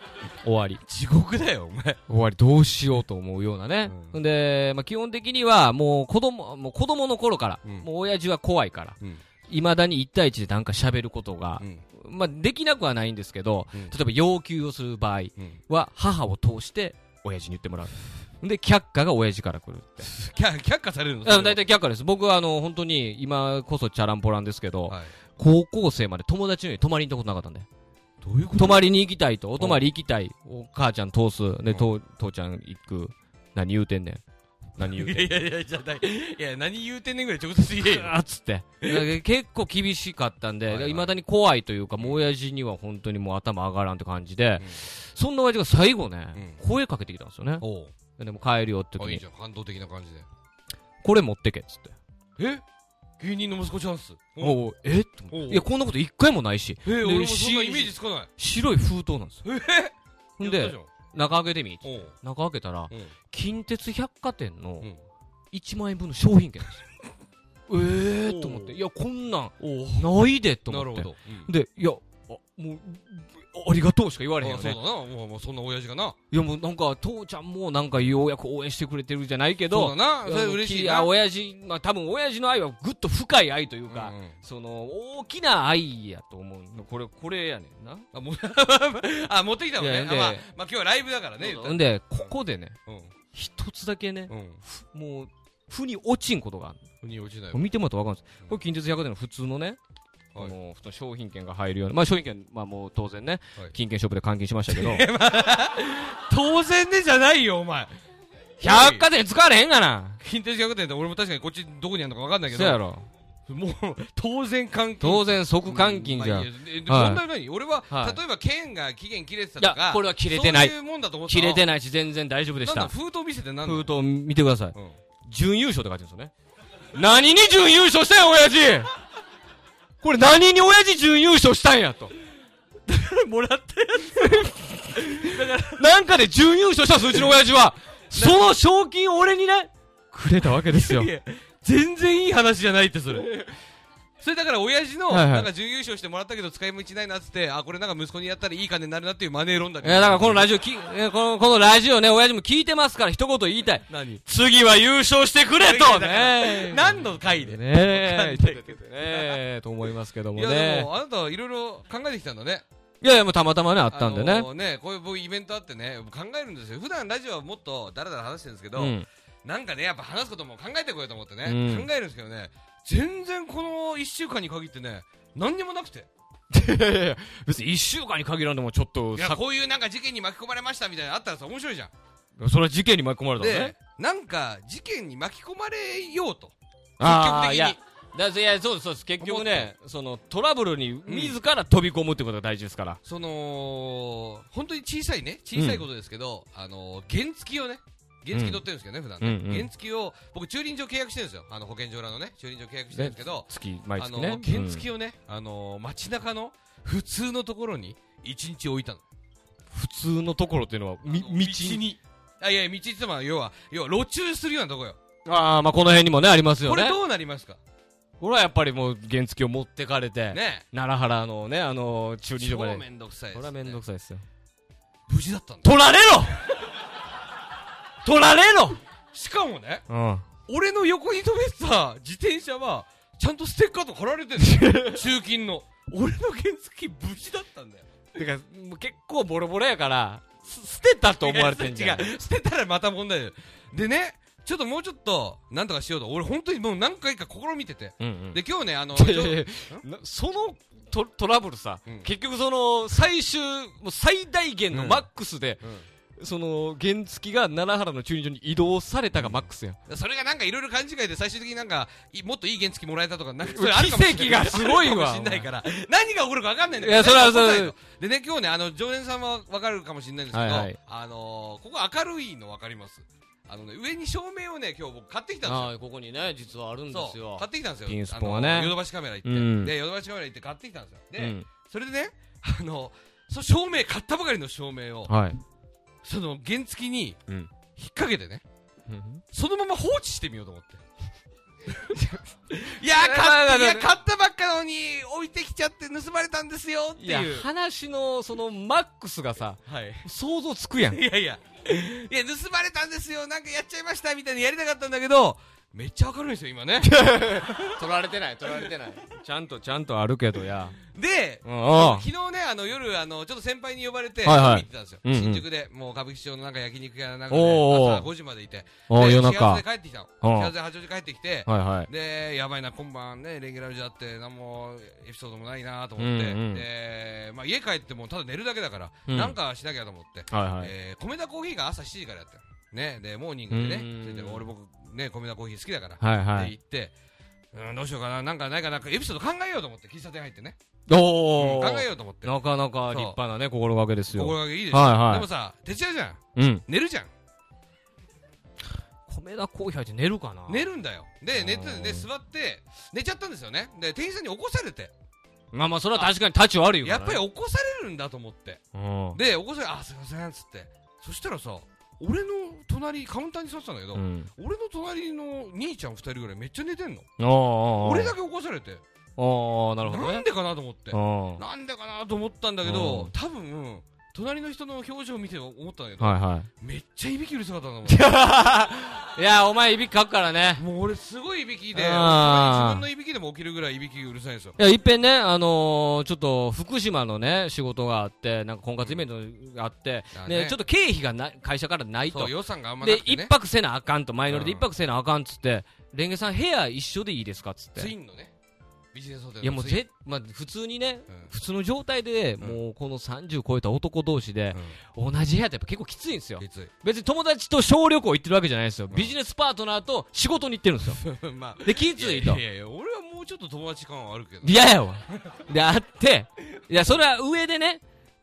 S1: 終わり
S2: 地獄だよお前
S1: 終わりどうしようと思うようなね、
S2: うん
S1: ん、で、まあ、基本的にはもう子供もう子供の頃から、
S2: うん
S1: もう親父は怖いから
S2: うん
S1: いまだに1対1でなんか喋ることが
S2: う、ん
S1: まあ、できなくはないんですけど、
S2: うん
S1: 例えば要求をする場合
S2: うん
S1: は母を通して親父に言ってもらうで却下が親父から来るって
S2: 却却下されるの
S1: あ大体却下です僕はあの本当に今こそチャランポランですけど、
S2: はい
S1: 高校生まで友達の家に泊まりに行ったことなかったんで
S2: どういうこ
S1: 泊まりに行きたいと、お泊まり行きたい、お母ちゃん通す、で、と父ちゃん行く、何言うてんねん、何言うて
S2: い
S1: ん
S2: やいやいやじゃないいや何言うてんねんぐらい直接言えよ
S1: あっつって、で結構厳しかったん
S2: はいはい
S1: で、いまだに怖いというか、もう親父には本当にもう頭上がらんって感じで、そんな親父が最後ね、声かけてきたんですよね、
S2: おう
S1: でも帰るよって
S2: あ
S1: 時
S2: いい
S1: に
S2: じ、ゃん反動的な感じで
S1: これ持ってけっつって、
S2: え芸人の息子チャンスおう
S1: おうえっと思
S2: おう
S1: っていや、こんなこと一回もないし、
S2: え俺も
S1: し
S2: そんなイメージつかない
S1: 白い封筒なんですよ。ほん
S2: やった
S1: で
S2: じゃ、ん
S1: 中開けてみ、
S2: おう
S1: 中開けたら、
S2: うん
S1: 近鉄百貨店の
S2: うん
S1: 1万円分の商品券なんですよええと思って
S2: おう
S1: いやこんなん
S2: おう
S1: ないでと
S2: なる
S1: 思っ
S2: ほ
S1: て
S2: どうん
S1: でいやあもうぶありがとうしか言われへんよ
S2: あそうだ
S1: ね
S2: なもうもうそんな親父がない
S1: やもうなんか父ちゃんもなんかようやく応援してくれてるじゃないけ
S2: そう
S1: ど
S2: だなそれ
S1: いや
S2: 嬉しい
S1: いや
S2: な
S1: 親父まあ多分親父の愛はぐっと深い愛というか、
S2: うんうん
S1: その大きな愛やと思うのこれこれやねんな
S2: あもう あ持ってきたの
S1: いや
S2: ねあ
S1: で
S2: まあまあ今日はライブだからね言った
S1: ほんでここでね
S2: う
S1: 一つだけね
S2: んうん
S1: もう腑に落ちんことがある
S2: 腑に落ちない
S1: これ見てもらったら分かるんですこれ近鉄百貨店の普通のね
S2: はい
S1: あの普通の商品券が入るような、まあ、商品券、まあ、もう当然ね、
S2: はい
S1: 金券ショップで換金しました けど、
S2: 当然でじゃないよお前
S1: 百貨店使われへんがな、
S2: 近鉄百貨店って俺も確かにこっちどこにあるのか分かんないけ
S1: そうや
S2: ど
S1: ろ、
S2: もう当然換金
S1: 当然即換金じゃ、
S2: うんんまあいいやえで
S1: はい
S2: 問題ない俺は
S1: はい
S2: 例えば券が期限切れてた
S1: い
S2: と
S1: や
S2: か、
S1: これは切れてない
S2: そういうもんだと思ってた
S1: 切れてないし、全然大丈夫でし
S2: なん
S1: た
S2: だ、封筒見せてなんだ
S1: 封筒見てください、
S2: うん
S1: 準優勝って書いてるんですよね、何に準優勝したんや、親父これ、何に親父準優勝したんやと、
S2: もらったや
S1: なんかで準優勝したんです、うちの親父は、その賞金を俺にね、くれたわけですよ
S2: い。や全然いい話じゃないってそれ それだから親父の
S1: はいはい
S2: なんか準優勝してもらったけど使い道ないなっつってあこれなんか息子にやったらいい金になるなっていうマネー論だ
S1: い
S2: けど
S1: やだからこのラジオき、えこの、このラジオね、親父も聞いてますから、一言言いたい。
S2: 何
S1: 次は優勝してくれとね
S2: 何の回で
S1: ねえ、
S2: ちょっと
S1: ねえ、と思いますけども
S2: い
S1: ね。
S2: やでもあなたいろいろ考えてきたんだね
S1: いやいや、もうたまたまね、あ
S2: あ
S1: ったんでね。
S2: のねこういう僕イベントあってね考えるんですよ普段ラジオはもっとだらだら話してるんですけど、
S1: うん。
S2: なんかねやっぱ話すことも考えてこようと思ってね、
S1: うん
S2: 考えるんですけどね全然この1週間に限ってね何にもなくて
S1: いやいやいや別に1週間に限らんでもちょっと
S2: いや
S1: さ
S2: こういうなんか事件に巻き込まれましたみたいなのあったらさ面白いじゃん
S1: それは事件に巻き込まれたのね
S2: でなんか事件に巻き込まれようと
S1: あー
S2: 積
S1: い
S2: 極
S1: や
S2: 的に
S1: だいやそうですそうです結局ねそのトラブルに自ら飛び込むってことが大事ですから、
S2: その本当に小さいね小さいことですけど、あのー原付をね原付乗ってるんですけどね、普段ね、
S1: うんうん
S2: 原付を僕駐輪場契約してるんですよあの保健所裏のね駐輪場契約してるんですけど、
S1: 月毎
S2: あ
S1: 月
S2: の
S1: ね
S2: ー原付をね、あのー街中の普通のところに1日置いたの
S1: 普通のところっていうのはみ道
S2: あのにあいやいや道って言っても要は要は路中するようなとこよ
S1: ああまあこの辺にもねありますよ
S2: こ
S1: ね
S2: れどうなりますか
S1: これはやっぱりもう原付を持ってかれて、
S2: ね
S1: 奈良原のねあの駐輪場
S2: 超
S1: まで
S2: めんどくさいです、ね、
S1: これはめんどくさいですよ
S2: 無事だったんだ
S1: 取られ ろ取られろ
S2: しかもね
S1: うん
S2: 俺の横に止めてた自転車はちゃんとステッカーとか貼られて る中金の俺の原付無事だったんだよ
S1: てかもう結構ボロボロやからす捨てたと思われてんじゃん
S2: いや違う捨てたらまた問題だよでねちょっともうちょっとなんとかしようと俺本当にもう何回か試みてて
S1: うんうん
S2: で今日ねあの
S1: で
S2: ち
S1: なそのトトラブルさ、
S2: うん
S1: 結局その最終もう最大限の
S2: うん
S1: マックスで、その原付が奈良原の駐輪場に移動されたがマックスやん、
S2: ょそれがなんかいろいろ勘違いで最終的になんかいもっといい原付もらえたとかなんか
S1: うん
S2: それあるかもしれない
S1: 奇跡がすごいわ
S2: あるかもしんないから何が起こるか分かんないんだけど
S1: いやそれはそれは
S2: 答えとでね今日ねあの常連さんは分かるかもしれないんですけど、
S1: はいはい
S2: あのー、ここ明るいの分かりますあのね上に照明をね今日僕買ってきたんですよ
S1: ここにね実はあるん
S2: そう買ってきたんですよ
S1: ピンスポンはね
S2: あのヨドバシカメラ行って、
S1: うん
S2: でヨドバシカメラ行って買ってきたんですよで、
S1: うん
S2: それでねあのその照明買ったばかりの照明を
S1: はい、
S2: その原付に
S1: うん
S2: 引っ掛けてねそのまま放置してみようと思って いや買っいや買ったばっかのに置いてきちゃって盗まれたんですよって
S1: い
S2: いう
S1: や話のそのマックスがさ
S2: はい
S1: 想像つくやん
S2: いやいや、いや、盗まれたんですよ、なんかやっちゃいましたみたいなやりたかったんだけど、めっちゃ明るいんですよ、今ね。
S1: 取られてない取られてないちゃんとちゃんとあるけどや
S2: で、
S1: うんうん
S2: 昨日ね、あの夜あの、ちょっと先輩に呼ばれて、
S1: はいはい
S2: 見てたんですよ、
S1: うんうん
S2: 新宿で、もう歌舞伎町のなんか焼肉屋なんかで、
S1: おーおー
S2: 朝5時までいて、
S1: お
S2: で
S1: 夜
S2: 始
S1: 中
S2: 発で帰ってきたの、
S1: うん
S2: 始発で八王子帰ってきて、
S1: はいはい
S2: で、やばいな、今晩ね、レギュラーじゃって、なんもエピソードもないなと思って、
S1: うんうん
S2: でまあ、家帰ってもただ寝るだけだから、
S1: うん
S2: なんかしなきゃと思って、
S1: はいはい、
S2: えー、米田コーヒーが朝7時からやってるねでモーニングで
S1: う
S2: ね
S1: ん
S2: それで俺僕ね米田コーヒー好きだから、
S1: はいは
S2: で
S1: い
S2: 行ってうんどうしようかななんかないかなエピソード考えようと思って喫茶店入ってね、
S1: お
S2: うん
S1: お、
S2: 考えようと思って
S1: なかなか立派なね心がけですよ
S2: 心がけいいでしょ、
S1: はいはい
S2: でもさ徹夜じゃん
S1: うん
S2: 寝るじゃん
S1: 米田コーヒー入って寝るかな
S2: 寝るんだよで寝て
S1: あー
S2: で座って寝ちゃったんですよねで店員さんに起こされて
S1: まあまあそれは確かに立ち悪いよ
S2: やっぱり起こされるんだと思って
S1: う
S2: で起こされあすいませんっつってそしたらさ俺の隣カウンターに座ってたんだけど、
S1: ん
S2: 俺の隣の兄ちゃん二人ぐらいめっちゃ寝てんの
S1: あ
S2: 俺だけ起こされて
S1: ああなるほど
S2: な
S1: ね
S2: んでかなと思って
S1: うんは
S2: なんでかなと思ったんだけど、
S1: うん
S2: 多分隣の人の表情を見て思ったんだけ
S1: い
S2: ど、
S1: は
S2: めっちゃいびきうるさかったなと思っ
S1: いいやお前いびきかくからね
S2: てもう俺すごいいびきで自
S1: あー
S2: 分のいびきでも起きるぐらいいびきうるさいんですよ
S1: いやいっぺんねあのー、ちょっと福島のね仕事があってなんか婚活イベントがあって、
S2: だね
S1: ねちょっと経費がな会社からない
S2: そ
S1: と
S2: う予算があんまな
S1: で
S2: くて
S1: 一
S2: ね
S1: 泊せなあかんと前乗りで
S2: うん
S1: 一泊せなあかんっつってレンゲさん部屋一緒でいいですかっつって
S2: ツイ
S1: い
S2: ンのねビジネスホテルの
S1: やもう
S2: ツイン
S1: ぜ、まあ、普通にね
S2: うん
S1: 普通の状態で、
S2: ん
S1: もうこの30超えた男同士で、同じ部屋ってやっぱ結構きついんですよ
S2: うんきつい
S1: 別に友達と小旅行行ってるわけじゃないですよ、ビジネスパートナーと仕事に行ってるんですよ
S2: まあ
S1: できついと
S2: やいやいや俺はもうちょっと友達感はあるけど
S1: 嫌やわであっていやそれは上でね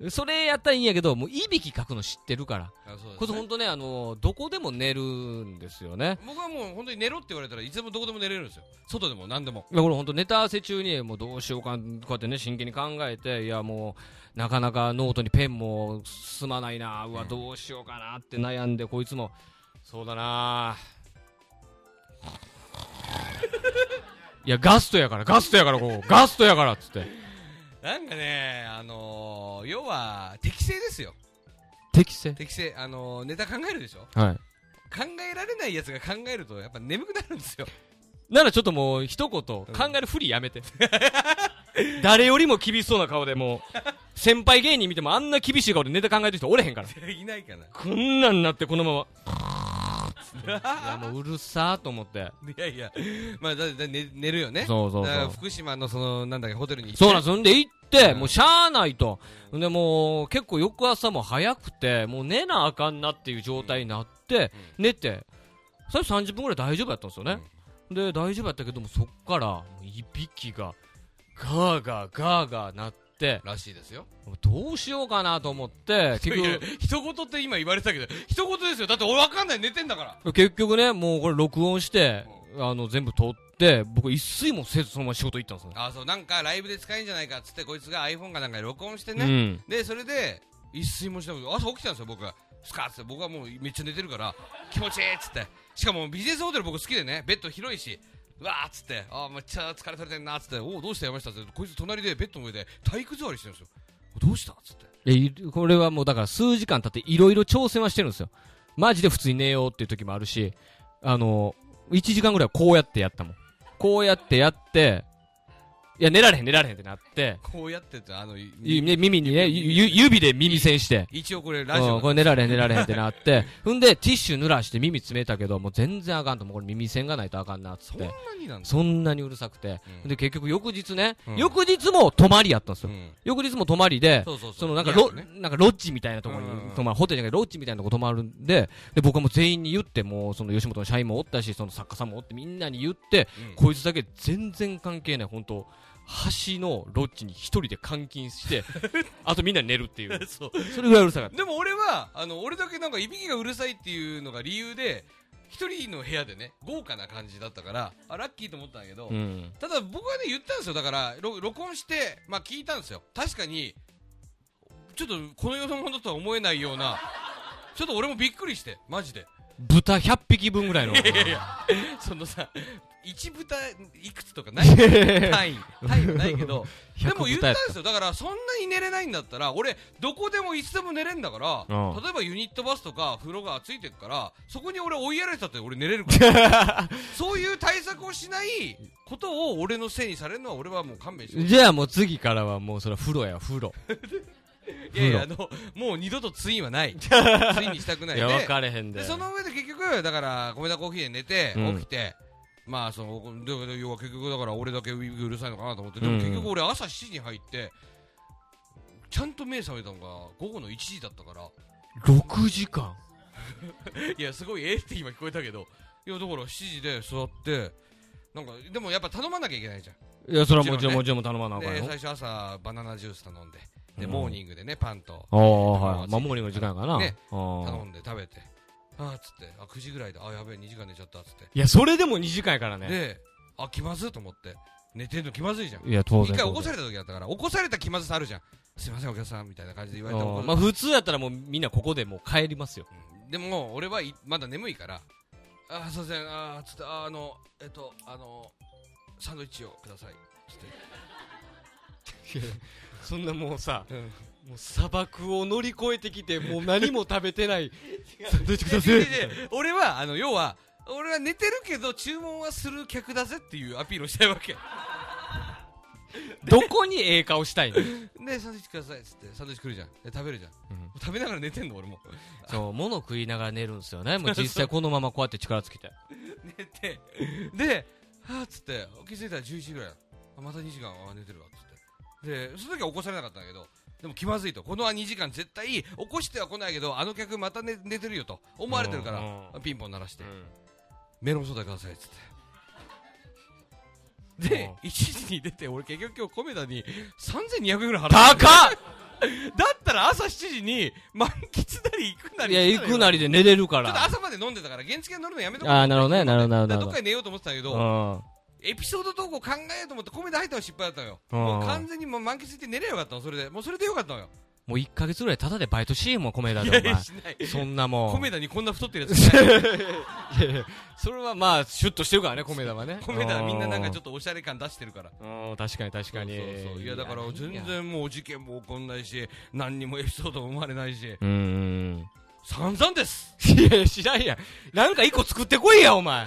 S1: それやったらいいんやけどもういびきかくの知ってるから
S2: あそうですね
S1: これ本当ねあのどこでも寝るんですよね
S2: 僕はもう本当に寝ろって言われたらいつでもどこでも寝れるんですよ外でも何でも
S1: いやこれ本当ネタ合わせ中にもうどうしようかんこうやってね真剣に考えていやもうなかなかノートにペンも進まないなうわどうしようかなって悩んでこいつもそうだ ないやガストやからガストやからここガストやからっつって
S2: なんかねあのー、要は適正ですよ
S1: 適正
S2: 適正あのーネタ考えるでしょ
S1: は
S2: 考えられないやつが考えるとやっぱ眠くなるんですよ
S1: いならちょっともう一言考えるふりやめて 誰よりも厳しそうな顔でもう先輩芸人見てもあんな厳しい顔でネタ考えてる人おれへんから
S2: いないかな
S1: こんなんなってこのま まいやもううるさーと思って
S2: いやいやまあだだ寝寝るよね
S1: そうそうそう
S2: だから福島のそのなんだっけホテルに行って
S1: そうなんですそんで行っって、もうしゃあないと。で、もう結構翌朝も早くて、もう寝なあかんなっていう状態になって、寝て、最初30分ぐらい大丈夫やったんですよね。で、大丈夫やったけども、そっから、もういびきが、ガーガーガーガーなって、
S2: らしいですよ
S1: もうどうしようかなと思 って、結
S2: いや
S1: 局、
S2: 一言って今言われてたけど一言ですよだって俺わかんない寝てんだから
S1: 結局ね、もうこれ録音して、あの、全部撮って、僕一睡もせずそのまま仕事行ったんですよ。
S2: あそうなんかライブで使えんじゃないかっつってこいつが iPhone かなんかで録音して
S1: う
S2: ね、
S1: ん。
S2: でそれで一睡もしなくて朝起きたんですよ僕はスカッつって僕はもうめっちゃ寝てるから気持ちいいっつってしかもビジネスホテル僕好きでねベッド広いしうわーっつってあーめっちゃ疲れ取れてんなっつっておおどうした山下っつってこいつ隣でベッドの上で体育座りしてるんですよどうしたっつって
S1: え、いこれはもうだから数時間経っていろいろ挑戦はしてるんですよ。マジで普通に寝ようっていう時もあるし、あの、1時間ぐらいこうやってやったもん。こうやってやって、いや、寝られへん寝られへんってなって、
S2: こうやっててあのい
S1: ゆね耳にね、ゆゆ指で耳栓して、
S2: 一応これラジ
S1: うん
S2: オ
S1: これ寝られへん寝られへんってなって、ふんでティッシュ濡らして耳詰めたけど、もう全然あかんと、もうこれ耳栓がないとあかんなっつ
S2: そ
S1: っ
S2: んな
S1: て、
S2: になんだ
S1: そんなにうるさくて、
S2: うん
S1: で、結局翌日ね、
S2: うん
S1: 翌日も泊まりやったんです
S2: う
S1: よ。
S2: ん
S1: 翌日も泊まりで、
S2: そうそうそう
S1: そのなんか
S2: リア
S1: ロ、
S2: ルね
S1: なんかロッジみたいなところに
S2: うんうんうん
S1: 泊まる、ホテルじゃなくてロッジみたいなとこ泊まるんで、で、僕はもう全員に言って、もうその吉本の社員もおったし、その作家さんもおってみんなに言って、
S2: うん
S1: こいつだけ全然関係ない、本当橋のロッジに一人で監禁 して、あとみんな寝るっていう。
S2: そう
S1: それぐらいうるさかった。
S2: でも俺はあの俺だけなんかいびきがうるさいっていうのが理由で一人の部屋でね豪華な感じだったからあラッキーと思ったんだけど、
S1: うん。
S2: ただ僕はね言ったんですよだからろ録音してまあ聞いたんですよ確かにちょっとこの世のものとは思えないようなちょっと俺もびっくりしてマジで
S1: 豚100匹分ぐらいの。
S2: いやいやそのさ一豚いくつとかない単位単位はないけどで
S1: 100
S2: も言っ
S1: 豚
S2: た
S1: や
S2: ん
S1: っ
S2: ですよだからそんなに寝れないんだったら俺どこでもいつでも寝れんだから、
S1: うん
S2: 例えばユニットバスとか風呂がついてるからそこに俺追いやられたって俺寝れるから そういう対策をしないことを俺のせいにされるのは俺はもう勘弁し て
S1: じゃあもう次からはもうそれは風呂や、風呂。
S2: いやいやあ
S1: 風
S2: のもう二度とツインは ないツインにしたくない
S1: い
S2: で
S1: や、分かれへんで。
S2: でその上で結局だから米田コーヒーで寝て、
S1: うん
S2: 起きてまあそので要は結局だから俺だけうるさいのかなと思って、
S1: うん
S2: でも結局俺朝7時に入ってちゃんと目覚めたのが午後の1時だったから
S1: 6時間。
S2: いやすごいええって今聞こえたけどいやだから7時で座ってなんかでもやっぱ頼まなきゃいけないじゃん
S1: いや、それはもちろん、も
S2: も
S1: ちろん頼まなあかん
S2: で
S1: よ
S2: 最。初朝バナナジュース頼んでで、
S1: うん
S2: モーニングでねパンと
S1: ああ、はい。
S2: まあ
S1: 守りの時間かな。
S2: ね
S1: あー
S2: 頼んで食べてあーっつってあ9時ぐらいだあやべえ2時間寝ちゃったっつって
S1: いや、それでも2時間やからね。
S2: であ気まずいと思って寝てるの気まずいじゃん
S1: いや、当
S2: 一
S1: 然。
S2: 回起こ
S1: 当
S2: さ
S1: 然
S2: れた時だったから起こされた気まずさあるじゃんすいませんお客さんみたいな感じで言われた
S1: う
S2: も
S1: んまあ、普通やったらもうみんなここでもう帰りますよ。
S2: でも俺はいまだ眠いからあーすいませんあーつってあーあのえっとあのサンドイッチをくださいつって
S1: そんなもうさ、
S2: うん
S1: もう砂漠を乗り越えてきて、もう何も食べて ない。どうしてくだ
S2: ででで俺はあの要は俺は寝てるけど注文はする客だぜっていうアピールをしたいわけ
S1: どこにええ顔したいの
S2: でサンドイッチくださいっつってサンドイッチ来るじゃんで食べるじゃん、
S1: うん
S2: 食べながら寝てんの俺も
S1: そう、物食いながら寝るんですよね。もう実際このままこうやって力尽きて。
S2: 寝てではあっつって気づいたら11時ぐらいあまた2時間あ寝てるわっつってでその時は起こされなかったんだけどでも気まずいとこの2時間絶対起こしては来ないけどあの客また寝寝てるよと思われてるか
S1: うんう
S2: らピンポン鳴らして
S1: うん
S2: メロンソーダくださいっつってで1時に出て俺結局今日コメダに3200円ぐらい払
S1: 高
S2: っ
S1: って
S2: だったら朝7時に満喫なり行くないり
S1: や、行くな
S2: り
S1: りで寝れるか
S2: ちょっと
S1: ら。
S2: 朝まで飲んでたから原付に乗るのやめとこう
S1: ああ、なるほどね、なるほど、なる
S2: だか
S1: ほ
S2: らど
S1: ど
S2: っか。で寝ようと思ってたけど、エピソード投稿考えようと思ってコメント入ったの失敗だったのよ、
S1: うん
S2: もう完全にもう満喫して寝ればよかったのそれでもうそれでよかったのよ
S1: うんもう1ヶ月ぐらいタダでバイトしえもん、コメダで、
S2: いや
S1: お
S2: い やし
S1: 前。
S2: ない
S1: そんなも
S2: コ
S1: ん。
S2: メダにこんな太ってるやつい ない
S1: いやいやそれはまあ、シュッとしてるからね、コメダはね。
S2: コメダはみんななんかちょ
S1: っ
S2: っとおしゃれ感出してるから
S1: と。うん、確かに確かに。
S2: そうそうそういやだから全。然もう事件も起こんないし何にもエピソードも生まれないし
S1: うんうん
S2: 散々です
S1: うん。いや、知らんやん。なんか一個作ってこいや、お前。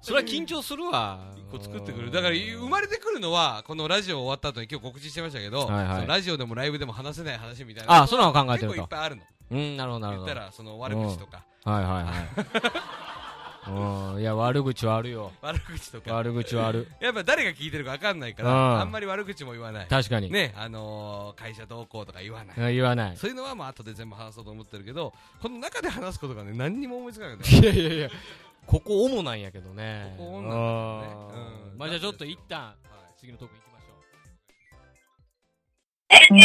S1: それは緊張するわ。
S2: 一個作ってくるだから生まれてくるのはこのラジオ終わった後に今日告知してましたけど、
S1: はいはい
S2: そのラジオでもライブでも話せない話みたいな
S1: あ、そんなの考えて
S2: 結
S1: る
S2: 構いっ
S1: と。
S2: ぱいあるの
S1: うん、なるほど、なる
S2: 言っ
S1: ほ
S2: た
S1: ど。はい
S2: らその悪口とか
S1: はいはい。うんいや悪口はあるよ
S2: 悪口とか
S1: 悪口はある
S2: やっぱ誰が聞いてるか分かんないから
S1: うん
S2: あんまり悪口も言わない
S1: 確かに、
S2: ねあのー会社どうこうとか言わない
S1: うん言わない
S2: そういうのはまあ後で全部話そうと思ってるけどこの中で話すことがね何にも思いつかないんだよ
S1: いやいやいやここ主なんやけどね
S2: ここ主なんだよね
S1: う
S2: うんん
S1: まあじゃあちょっと一旦
S2: はい
S1: 次のトーク行きまし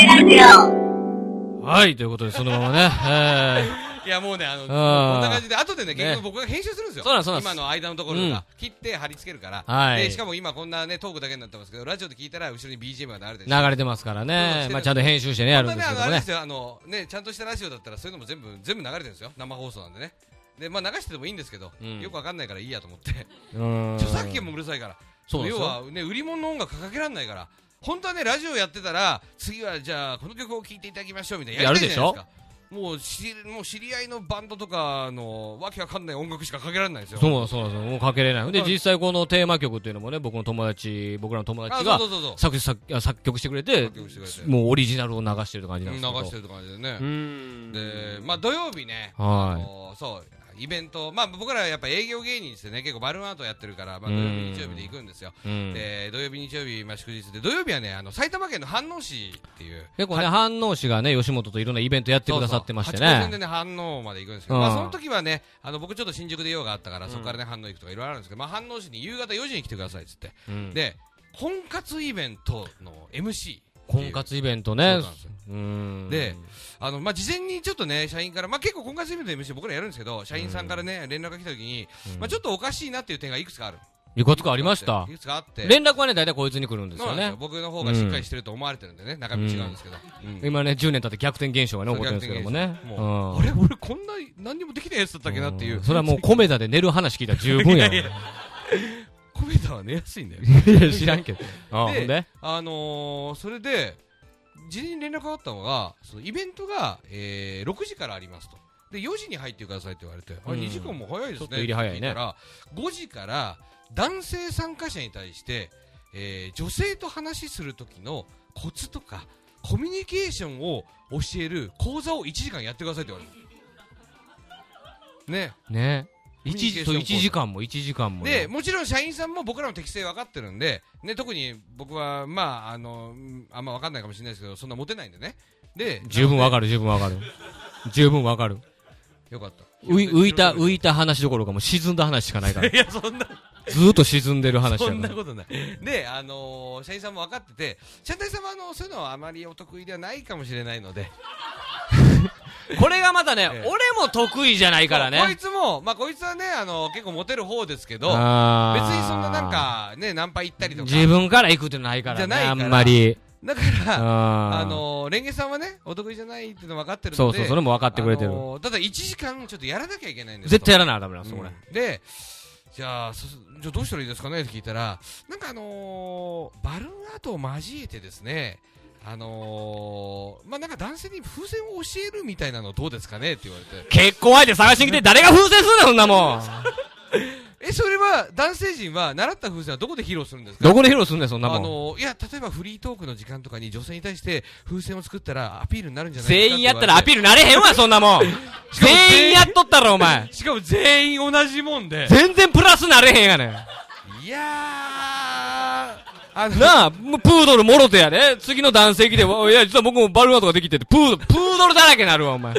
S1: ょうはいということでそのままね、え
S2: いやもうね、あの、こん
S1: あー
S2: な感じで、後でね、
S1: ね
S2: 結局僕が編集するんですよ。
S1: そうなんですそうなんです
S2: 今の間のところとか、切って貼り付けるから。
S1: はい
S2: で、しかも今こんなね、トークだけになってますけど、ラジオで聞いたら後ろに BGM が流れてるし。
S1: ー流れてますからね、まあ、ちゃんと編集してねや
S2: 本
S1: る
S2: 当
S1: ん
S2: は
S1: で
S2: ね、
S1: す
S2: あ
S1: け
S2: の、
S1: ど
S2: あ
S1: も
S2: れ
S1: ね
S2: ですよ、あの、ね、ちゃんとしたラジオだったらそういうのも全部、全部流れてるんですよ。生放送なんでね。で、まあ流しててもいいんですけど、
S1: うん
S2: よくわかんないからいいやと思って。
S1: うん
S2: 著作権も うるさいから。
S1: そうなんで
S2: 要
S1: すよ
S2: はね、売り物の音楽かけらんないから。本当はね、ラジオやってたら、次はじゃあ、この曲を聴いていただきましょうみたいなやりたいじゃないですか。もう知りもう知り合いのバンドとかのわけわかんない音楽しかかけられないんですよ。
S1: そうなんですそうなんですもうかけれないで
S2: はい
S1: 実際このテーマ曲っていうのもね僕の友達僕らの友
S2: あ
S1: 達
S2: そう
S1: が
S2: そうそうそう
S1: 作詞作あ作曲してくれて
S2: 作曲してくれて
S1: もうオリジナルを流してるって感じ
S2: う
S1: なん
S2: ん
S1: で
S2: 流
S1: すけど
S2: してるって感じでね
S1: う。ん
S2: で、まあ土曜日ね、あ
S1: はい
S2: のそう、イベント、まあ僕らやっぱ営業芸人ですね、結構バルーンアートやってるから、まあ土曜
S1: うん
S2: 日、日曜日で行くんですよ。
S1: うん
S2: で、土曜日、日曜日、まあ祝日で、土曜日はね、あの埼玉県の飯能市っていう、
S1: 結構ね、反応市がね、吉本といろんなイベントやってくださってまして
S2: そうそう八甲線
S1: ね
S2: で。ね、飯能まで行くんですけど、
S1: うん
S2: まあその時はね、あの僕ちょっと新宿で用があったから、そこからね、飯能行くとかいろいろあるんですけど、まあ飯能市に夕方4時に来てくださいっつって。
S1: うん
S2: で、婚活イベントの MC。
S1: 婚活イベント
S2: そ
S1: ね
S2: うなんですよ。
S1: うん
S2: で、あの、まあ、事前にちょっとね、社員から、まあ、結構婚活イベントの MC 僕らやるんですけど、社員さんからね、連絡が来た時に、まあ、ちょっとおかしいなっていう点がいくつかある。
S1: いくつかありました
S2: い。くつかあって。
S1: 連絡はね、大体こいつに来るんです
S2: そうな
S1: よね。
S2: んですよ僕の方がしっかりしてると思われてるんでね、中身違うんですけど。うん
S1: 今ね、10年経って逆転現象がね、起こってるんですけどもね。
S2: も
S1: う
S2: う
S1: ん
S2: あれ俺こんな何にもできないやつだったっけなっていう。
S1: それはもう、米田で寝る話聞いたら十分や
S2: いやい
S1: ろ
S2: や。コメダは寝やすいんだよ。
S1: いや知らんけど。あほんで
S2: あのー、それで、事前に連絡があったのが、そのイベントが、えー6時からありますと。で、4時に入ってくださいって言われて、あ
S1: うん
S2: れ2時間も早いです
S1: ちょ
S2: ね。
S1: っと入り早いね
S2: って聞たら、5時から男性参加者に対して、えー女性と話しする時のコツとか、コミュニケーションを教える講座を1時間やってくださいって言われて。ね。
S1: ね。
S2: コミュニケー
S1: 一
S2: ショ
S1: 時
S2: ン
S1: そう一時間も、一時間もよ。
S2: でもちろん社員さんも僕らの適性分かってるんで、ね、特に僕は、まあ、あのうんあんま分かんないかもしれないですけどそんなモテないんでねで
S1: 十分わ
S2: る
S1: かる、十分わかる。十分わかる。
S2: よかった
S1: うい浮いた、浮
S2: い
S1: いた話どころかもう沈んだ話しかないから。
S2: いやそんな
S1: ずーっと沈んでる話や
S2: そ
S1: か
S2: ん
S1: ら
S2: な。ことないで、あのー社員さんも分かってて社員さんはあのそういうのはあまりお得意ではないかもしれないので
S1: これがまたね、
S2: ええ
S1: 俺も得意じゃないから
S2: こい
S1: ね。
S2: つも、まあ、こいつはね、あの結構モテる方ですけど
S1: 別
S2: 別にそんななん、かねナンパ行ったりとか
S1: 自分から行くってないからね、
S2: じゃない
S1: あ
S2: から
S1: んまり。
S2: だから
S1: あ
S2: あ
S1: ー
S2: のー、レンゲさんはね、お得意じゃないっていうの分かってるので、
S1: そうそう、それも分かってくれてる
S2: あ。のーただ1時間ちょっとやらなきゃいけないんです
S1: 絶対やらなダメなんですよ、これ。
S2: うんで、じゃあ、そじゃあどうしたらいいですかねって聞いたら、なんかあのーバルーンアートを交えてですね、あのーまあ、なんか男性に風船を教えるみたいなのどうですかねって言われて、
S1: 結婚相手探しに来て誰が風船すんだよ、そんなもん。
S2: え、それは男性陣は習った風船はどこで披露するんですか
S1: どこで披露すんだよ、そんな
S2: あ
S1: もん。
S2: のーいや、例えばフリートークの時間とかに女性に対して風船を作ったらアピールになるんじゃないですか
S1: 全員やったらア
S2: ー
S1: ピールなれへんわ、そんな もん。
S2: かも全員
S1: 全員やっとったら、お前
S2: ル。しかも全員同じもんで。
S1: 全然プラスなれへんやねん。
S2: いやー、あの、
S1: なあ、もうプードルもろてやで。次の男性来て、わいや、実は僕もバルーンアートができてて、プードル、プードルだらけなるわ、お前。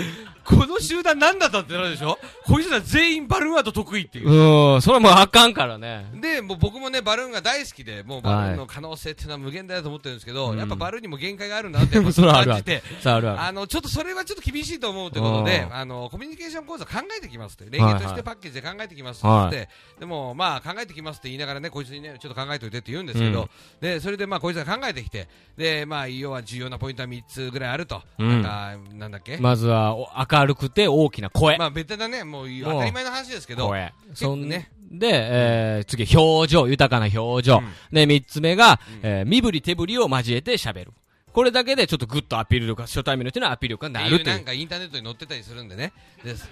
S2: この集団なんだったってなるでしょこいつら全員バルーンアート得意っていう
S1: う。ーん、それはもうあかんからね。
S2: で、もう僕もね、バルーンが大好きで、もうバルーンの可能性っていうのは無限大だと思ってるんですけど、
S1: うん
S2: やっぱバルーンにも限界があるなって
S1: で
S2: やっ ぱ
S1: もそれはある
S2: 感
S1: あ
S2: じ
S1: る
S2: て。。
S1: さああるあ
S2: あの、ちょっとそれはちょっと厳しいと思うということで
S1: う、ん
S2: あの、コミュニケーション講座考えてきますって。連携
S1: はい
S2: とし
S1: は
S2: て
S1: い
S2: パッケージで考えてきますって
S1: はい
S2: 言って、でも、まあ、考えてきますって言いながらね、こいつにね、ちょっと考えておいてって言うんですけど、
S1: うん
S2: で、それでまあ、こいつが考えてきて、で、まあ、要は重要なポイントは3つぐらいあると。
S1: うん
S2: なんか、なんだっけ
S1: る。まずは、お明るくて大きな声。
S2: まあ、ベタだね、もう
S1: う
S2: 当たり前の話ですけど、
S1: 声。そんね。
S2: ね
S1: で、えー、次、表情、豊かな表情。
S2: うん
S1: で、三つ目が
S2: うん、
S1: えー身振り手振りを交えて喋る。これだけでちょっとグッとアピール力が、初対面の人のアピール力がな
S2: っ
S1: る
S2: ていう
S1: とい
S2: な。
S1: うん
S2: かインターネットに載ってたりするんでね。です。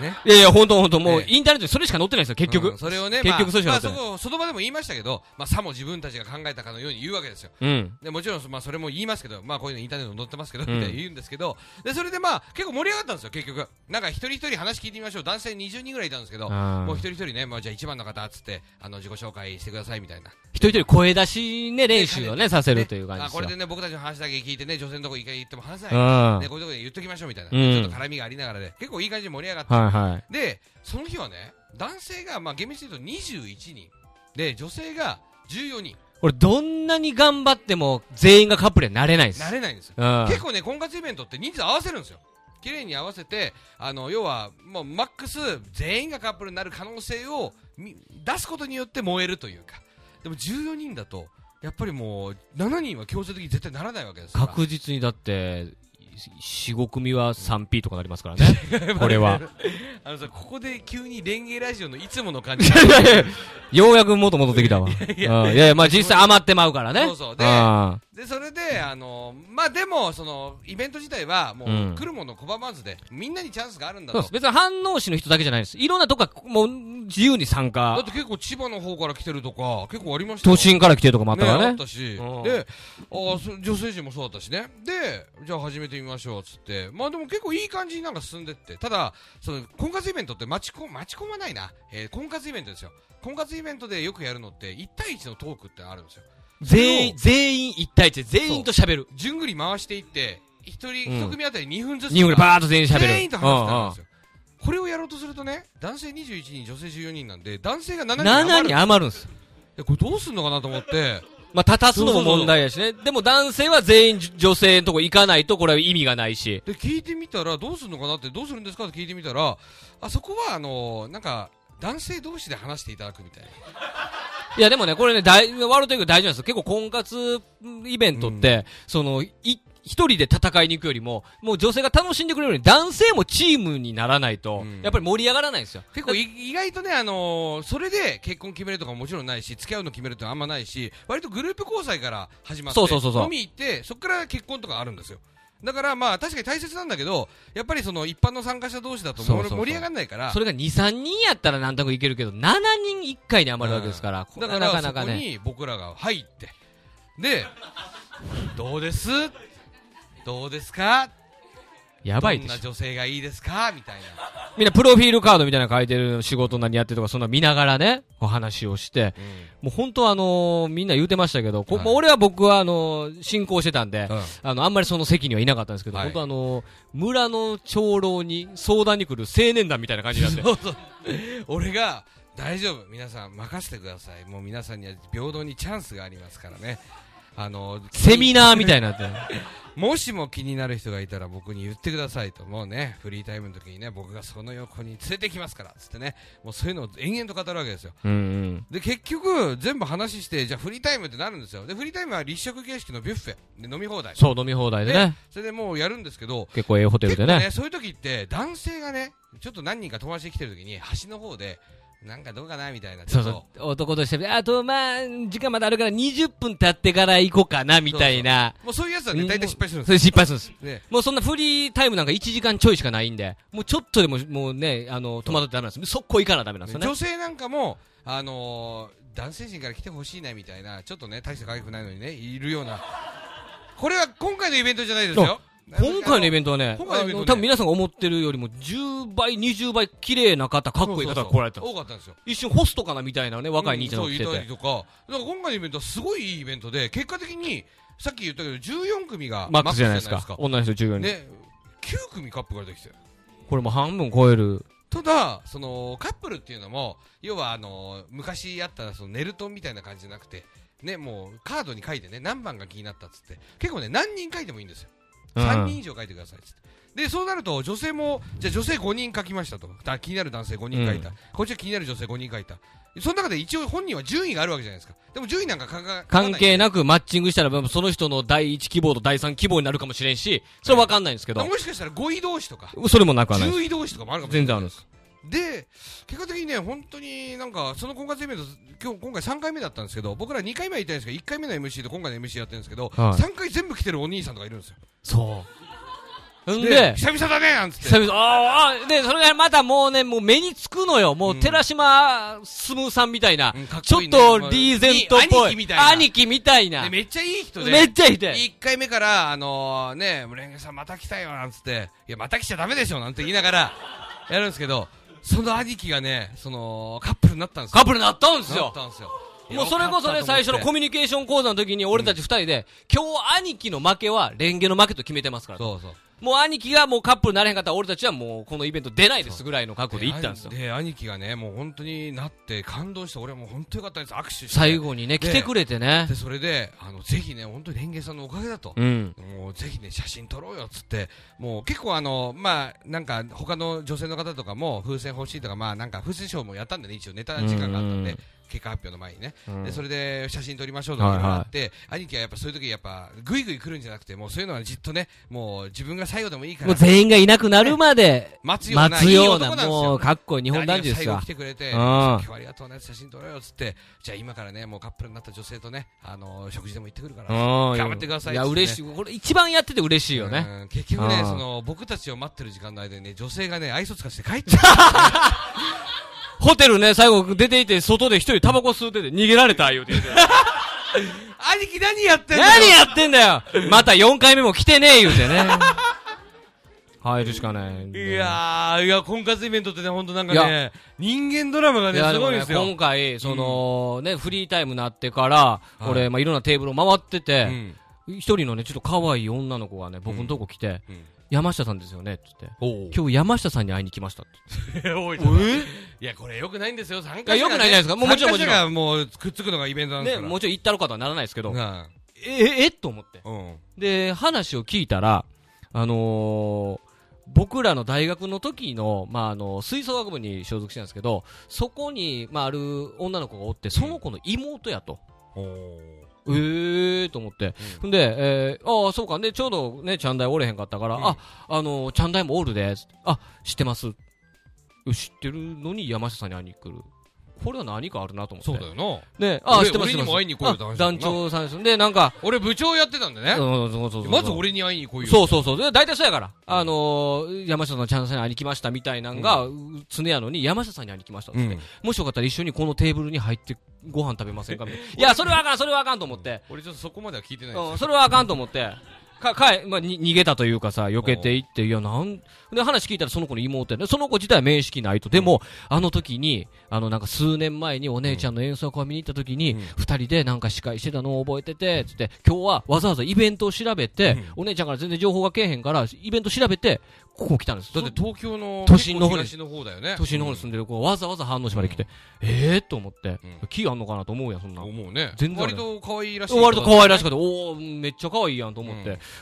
S2: ね。
S1: いやいや、本当本当もう
S2: ええ
S1: インターネットにそれしか載ってないですよ、結
S2: う
S1: 局
S2: ん。それをね、
S1: 結局
S2: まあ
S1: それしか
S2: ま
S1: 載
S2: あ
S1: って
S2: そ
S1: ない。
S2: こ、外場でも言いましたけど、まあ、さも自分たちが考えたかのように言うわけですよ。
S1: うん。
S2: でもちろん、まあ、それも言いますけど、まあ、こういうのインターネットに載ってますけど、
S1: うん
S2: みたいに言うんですけど、で、それでまあ、結構盛り上がったんですよ、結局。なんか一人一人話聞いてみましょう。男性20人ぐらいいたんですけど、
S1: あー
S2: もう一人一人ね、まあ、じゃあ一番の方、つって、あの、自己紹介してください、みたいな。
S1: 一人一人声出しね、練習をね、させるという感じ
S2: ね
S1: で
S2: あ
S1: す
S2: こ
S1: よ
S2: れ。でね、僕たちの話だけ聞いてね、女性のとこ一回言っても話せ
S1: う
S2: ない。
S1: ん。は
S2: ね、
S1: い
S2: こういうとこで言っときましょう、みたいな。
S1: うん
S2: ちょっと絡みがありながらで、結構いい感じで盛り上がって。
S1: は
S2: で、その日はね、男性が、まあ、厳密に言うと21人。で、女性が14人。
S1: い。俺、どんなに頑張っても、全員がカップルにはなれないです。
S2: なれないんですよ。
S1: うん。
S2: 結構ね、婚活イベントって人数合わせるんですよ。綺麗に合わせて、あの、要は、もう、マックス、全員がカップルになる可能性をみ出すことによって燃えるというか。でも14人だと、やっぱりもう、7人は強制的に絶対ならないわけですから。
S1: 確実にだって、4、5組は 3P とかなりますからね。 これは。
S2: あのさ、ここで急にレンゲラジオのいつもの感じ。
S1: いやいやようやく元戻ってきたわ。うんいやいや、まあ実際余ってまうから ね。
S2: そうそうで
S1: ん
S2: で、それで、あの、まあ、でも、その、イベント自体は、もう
S1: うん、
S2: 来るもの拒まずで、みんなにチャンスがあるんだ
S1: そう
S2: と
S1: です。。別に反応市の人だけじゃないです。いろんなとこからもう自由に参
S2: だ
S1: 加。
S2: って結構千葉の方から来てるとか、結構ありましたよ
S1: 都心から来てるとかもあったから
S2: あ
S1: ね
S2: っ。たし、
S1: うん
S2: で、ああ、そ女性陣もそうだったしね。で、じゃあ始めてみましょう、つって。まあでも結構いい感じになんか進んでって。ただ、その、婚活イベントって待ちこ、待ち込まないな。えー婚活イベントですよ。婚活イベントでよくやるのって、1対1のトークってあるんですよ。
S1: 全員、全員一対一で全員と喋る。
S2: 順繰り回していって、一人、
S1: うん
S2: 一組あたり2分ずつとか。
S1: 人ぐらいバーッと全員喋る。
S2: 全員と話してあるんですよ。これをやろうとするとね、男性21人、女性14人なんで、男性が7人余
S1: 7
S2: る。
S1: 人余るんです。
S2: えこれどうすんのかなと思って、
S1: まあ、立たすのも問題やしね。でも男性は全員じ女性のとこ行かないとこれは意味がないし。
S2: で、聞いてみたら、どうするのかなって、どうするんですかって聞いてみたら、あそこは、あのなんか、男性同士で話していただくみたいな。
S1: いやでもね、これね、大、ワールドテイク大事なんですよ。結構婚活イベントって、その、い、一人で戦いに行くよりも、もう女性が楽しんでくれるように男性もチームにならないと、
S2: うん
S1: やっぱり盛り上がらないんですよ。
S2: 結構い、意外とね、あのそれで結婚決めるとかももちろんないし、付き合うの決めるってのはあんまないし、割とグループ交際から始まって、
S1: そうそうそうそう
S2: 飲み行って、そこから結婚とかあるんですよ。だからまあ確かに大切なんだけど、やっぱりその一般の参加者同士だと
S1: そう
S2: も
S1: そうそう
S2: 盛り上がらないから
S1: そ、れが2、3人やったらなんとかいけるけど、7人1回で余るわけですから、これ
S2: だか
S1: はな
S2: ら
S1: か
S2: そ
S1: なか
S2: こ
S1: ね。
S2: に僕らが入って、で、どうですどうですか
S1: やばいで
S2: どん
S1: し
S2: な
S1: ょ。
S2: 女性がいいですかみたいな。
S1: みんなプロフィールカードみたいなの書いてる仕事何やってるとか、そんな見ながらね、お話をして、もう本当はあのーみんな言うてましたけど、こ
S2: はい
S1: もう俺は僕はあのー進行してたんで、
S2: うん
S1: あの、あんまりその席にはいなかったんですけど、
S2: はい
S1: 本当あの、村の長老に相談に来る青年団みたいな感じにな って。
S2: そうそう俺が大丈夫皆さん任せてくださいもう皆さんには平等にチャンスがありますからねあの
S1: セミナーみたいになって。
S2: もしも気になる人がいたら僕に言ってくださいともうねフリータイムの時にね僕がその横に連れてきますからつってねもうそういうのを延々と語るわけですよ
S1: うんうん。
S2: で結局全部話してじゃあフリータイムってなるんですよでフリータイムは立食形式のビュッフェで飲み放題
S1: そう、飲み放題でね。
S2: それでもうやるんですけど
S1: 結構ええホテル
S2: 結
S1: で
S2: 構
S1: ね。
S2: ね、そういう時って、男性がね、ちょっと何人か友達で来てる時に、橋の方で、なんかどうかなみたいな。
S1: そう
S2: ちょっ
S1: そう。男として、あと、まあ、時間まだあるから20分経ってから行こうかな、みたいな。
S2: ともうそういうやつはね、大体失敗するん
S1: そ
S2: で
S1: れ失敗するんです。
S2: す。ね。
S1: もうそんなフリータイムなんか1時間ちょいしかないんで、もうちょっとでも、もうね、あの、戸惑ってダメなんです。速攻行かなダメなんですよね。
S2: 女性なんかも、あのー男性陣から来てほしいなみたいな、ちょっとね、大して可愛くないのにね、いるような。これは今回のイベントじゃないですよ。
S1: 今回のイベ
S2: ン
S1: ントはね、
S2: 今回のイベントね
S1: あの多分皆さんが思ってるよりも10倍、20倍綺麗な方、かっこいい方が来られたんです
S2: 多かったんですよ。
S1: 一瞬ホストかなみたいなね、若い兄ちゃんが来て
S2: うんそういた
S1: て
S2: り。とか。だから今回のイベントはすごいいいイベントで、結果的に、さっき言ったけど、14組が
S1: マックスじゃないですか。女の人14人。
S2: ね、9組カップルができてる。
S1: これもう半分超える。
S2: ただそのカップルっていうのも要はあの昔あったそのネルトンみたいな感じじゃなくてねもうカードに書いてね何番が気になったっつって結構ね何人書いてもいいんですよ、
S1: うん
S2: 3人以上書いてくださいっつってでそうなると女性もじゃあ女性5人書きましたとだ気になる男性5人書いた、
S1: う
S2: こっちは気になる女性5人書いたその中で一応本人は順位があるわけじゃないですかでも順位なんか書か書かない
S1: 関係なくマッチングしたら、まあその人の第1希望と第3希望になるかもしれんし、それわかんないんですけど、
S2: もしかしたら5位同士とか
S1: それもなくはないです。
S2: 10位同士とかもあるかもしれな
S1: 全
S2: い
S1: 然あるんです。
S2: で、結果的にね、本当になんか、その婚活イベント、今日、今回3回目だったんですけど、僕ら2回目は行ったんですけど、1回目の MC と今回の MC やってるんですけど、
S1: はい
S2: 3回全部来てるお兄さんとかいるんですよ。
S1: そう。ん
S2: で
S1: で、、
S2: 久々だねなんつって。
S1: 久々、あーあー、で、それがまたもうね、もう目につくのよ。もう、寺島進さんみたいな、
S2: うんかっ
S1: ちょ
S2: こ
S1: っ
S2: いいね
S1: とリーゼントっぽい。
S2: 兄貴みたいな
S1: 兄貴みたいな
S2: でめっちゃいい人で。
S1: めっちゃいい人や
S2: 1回目から、あのー、ね、レンゲさんまた来たよなんつって、いや、また来ちゃダメでしょなんて言いながら、 やるんですけど、その兄貴がね、その、カップルになったんですよ。
S1: カップルになったんです
S2: なっ
S1: よ。
S2: たんですよ。
S1: もうそれこそね、最初のコ
S2: ミ
S1: ミュニケーション講座の時に俺たち二人で、今日兄貴の負けはレンゲの負けと決めてますから。
S2: そうそう。
S1: もう兄貴がもうカップルになれへんかったら俺たちはもうこのイベント出ないですぐらいの覚悟で行ったんですよ。
S2: で、兄貴がね、もう本当になって感動して、俺はもう本当よかったです。握手して。
S1: 最後にね、
S2: で
S1: 来てくれてね
S2: で、。それで、あの、ぜひね、本当にレンゲさんのおかげだと。
S1: うん。
S2: もうぜひね、写真撮ろうよっつって、もう結構あの、まあ、なんか他の女性の方とかも風船欲しいとか、まあなんか風船ショーもやったんでね、一応ネタ時間があったん
S1: う
S2: で
S1: ん、
S2: 結果発表の前にね。
S1: うん
S2: で、それで写真撮りましょうとかいろいろあって、兄貴はやっぱそういう時やっぱ、ぐいぐい来るんじゃなくて、もうそういうのはじっとね、もう自分が最後でもいいか
S1: もう
S2: ら、
S1: 全員がいなくなるまで
S2: 待つよう
S1: 待
S2: な、
S1: つ
S2: いい
S1: よう
S2: 男
S1: な、
S2: なんですよ。
S1: もうかっこいい日本男児です
S2: 最後
S1: よ
S2: 来。てくれて、
S1: うん
S2: 今日ありがとうね、写真撮ろうよっつって、じゃあ今からね、もうカップルになった女性とね、あの、食事でも行ってくるから、
S1: 頑
S2: 頑張ってください
S1: いや、
S2: っつってね
S1: 嬉しい。これ一番やってて嬉しいよね。
S2: うん結局ね
S1: うん
S2: その僕たちを待ってる時間の間にね女性がね愛想つかして帰っちゃっ
S1: ホテルね、最後出ていて、外で一人タバコ吸うてて逃げられた、言うて。
S2: た兄貴 何やってんの
S1: 何やってんだよまた4回目も来てねえ言うて ね。入るしかない。
S2: いやーいや婚活イベントってね本当なんか
S1: い
S2: ね人間ドラマが
S1: い
S2: ね
S1: や
S2: す
S1: でも
S2: ごいん
S1: ね
S2: ですよ、
S1: 今回、その、ね、フリータイムになってから、
S2: はい
S1: 俺、まあ、いろんなテーブルを回って
S2: う
S1: て、
S2: ん
S1: 一人のね、ちょっと可愛い女の子がね、僕のとこ来て、
S2: うん
S1: 山下さんですよね、つって。
S2: お
S1: 今日山下さんに会いに来ましたって。
S2: 多いじゃない いやこれよくないんですよ参加者が、ね、
S1: いや良くないじゃないですかもうもちろん
S2: 参加者がもうくっつくのがイベントなんです
S1: ね、
S2: から
S1: もうちょい行ったろかとはならないですけど、
S2: な
S1: え、え、えと思って。
S2: あうん
S1: で、話を聞いたら、あのー僕らの大学の時の、まあ、あの、吹奏楽部に所属してたんですけど、そこに、まあ、ある女の子がおって、その子の妹やと。
S2: おー
S1: ええーと思って。ほんで、えー、ああ、そうか。で、ちょうどね、ちゃんだいおれへんかったから、
S2: うん
S1: あ、あのー、ちゃんだいもおるで、あ、知ってます。知ってるのに山下さんに会いに来る。これは何かあるなと思って。
S2: そうだよな
S1: ね、ああ、
S2: 俺
S1: 知ってます。
S2: 俺にも会いに来いよって
S1: あ
S2: 話だもん
S1: 団
S2: な
S1: 長さんです。で、なんか、
S2: 俺部長やってたんで
S1: う
S2: ね
S1: ん、そうそうそうそう
S2: まず俺に会いに来いよ
S1: そうそうそう。で大体そうやから。あのー、山下さんのチャンスに会いに来ましたみたいなんが、常やのに山下さんに会いに来ましたっつ
S2: う
S1: っ
S2: ん
S1: て。もしよかったら一緒にこのテーブルに入ってご飯食べませんかみたいな。いや、それはあかん、それはあかんと思って。
S2: 俺ちょっとそこまでは聞いてないんですよ
S1: うん、それはあかんと思って。か、かえ、まあ、に、逃げたというかさ、避けていって、いや、なん、で、話聞いたらその子の妹やね。その子自体は面識ないと。でも、あの時に、あの、なんか数年前にお姉ちゃんの演奏会を見に行った時に、
S2: うん
S1: 二人でなんか司会してたのを覚えてて、つって、今日はわざわざイベントを調べて、お姉ちゃんから全然情報がけえへんから、イベント調べて、ここ来たんです。
S2: だって東京の
S1: 都心の方に
S2: 結構東の方だよね
S1: 都心の方に住んでる子がわざわざ反応しまで来て、ええー、と思って、
S2: うん
S1: 気あんのかなと思うやん、そんなん。
S2: 思うね
S1: 全然あれ
S2: 割と可愛いらしい
S1: 割と可愛らし
S2: い
S1: くて、おー、めっちゃ可愛いやんと思っ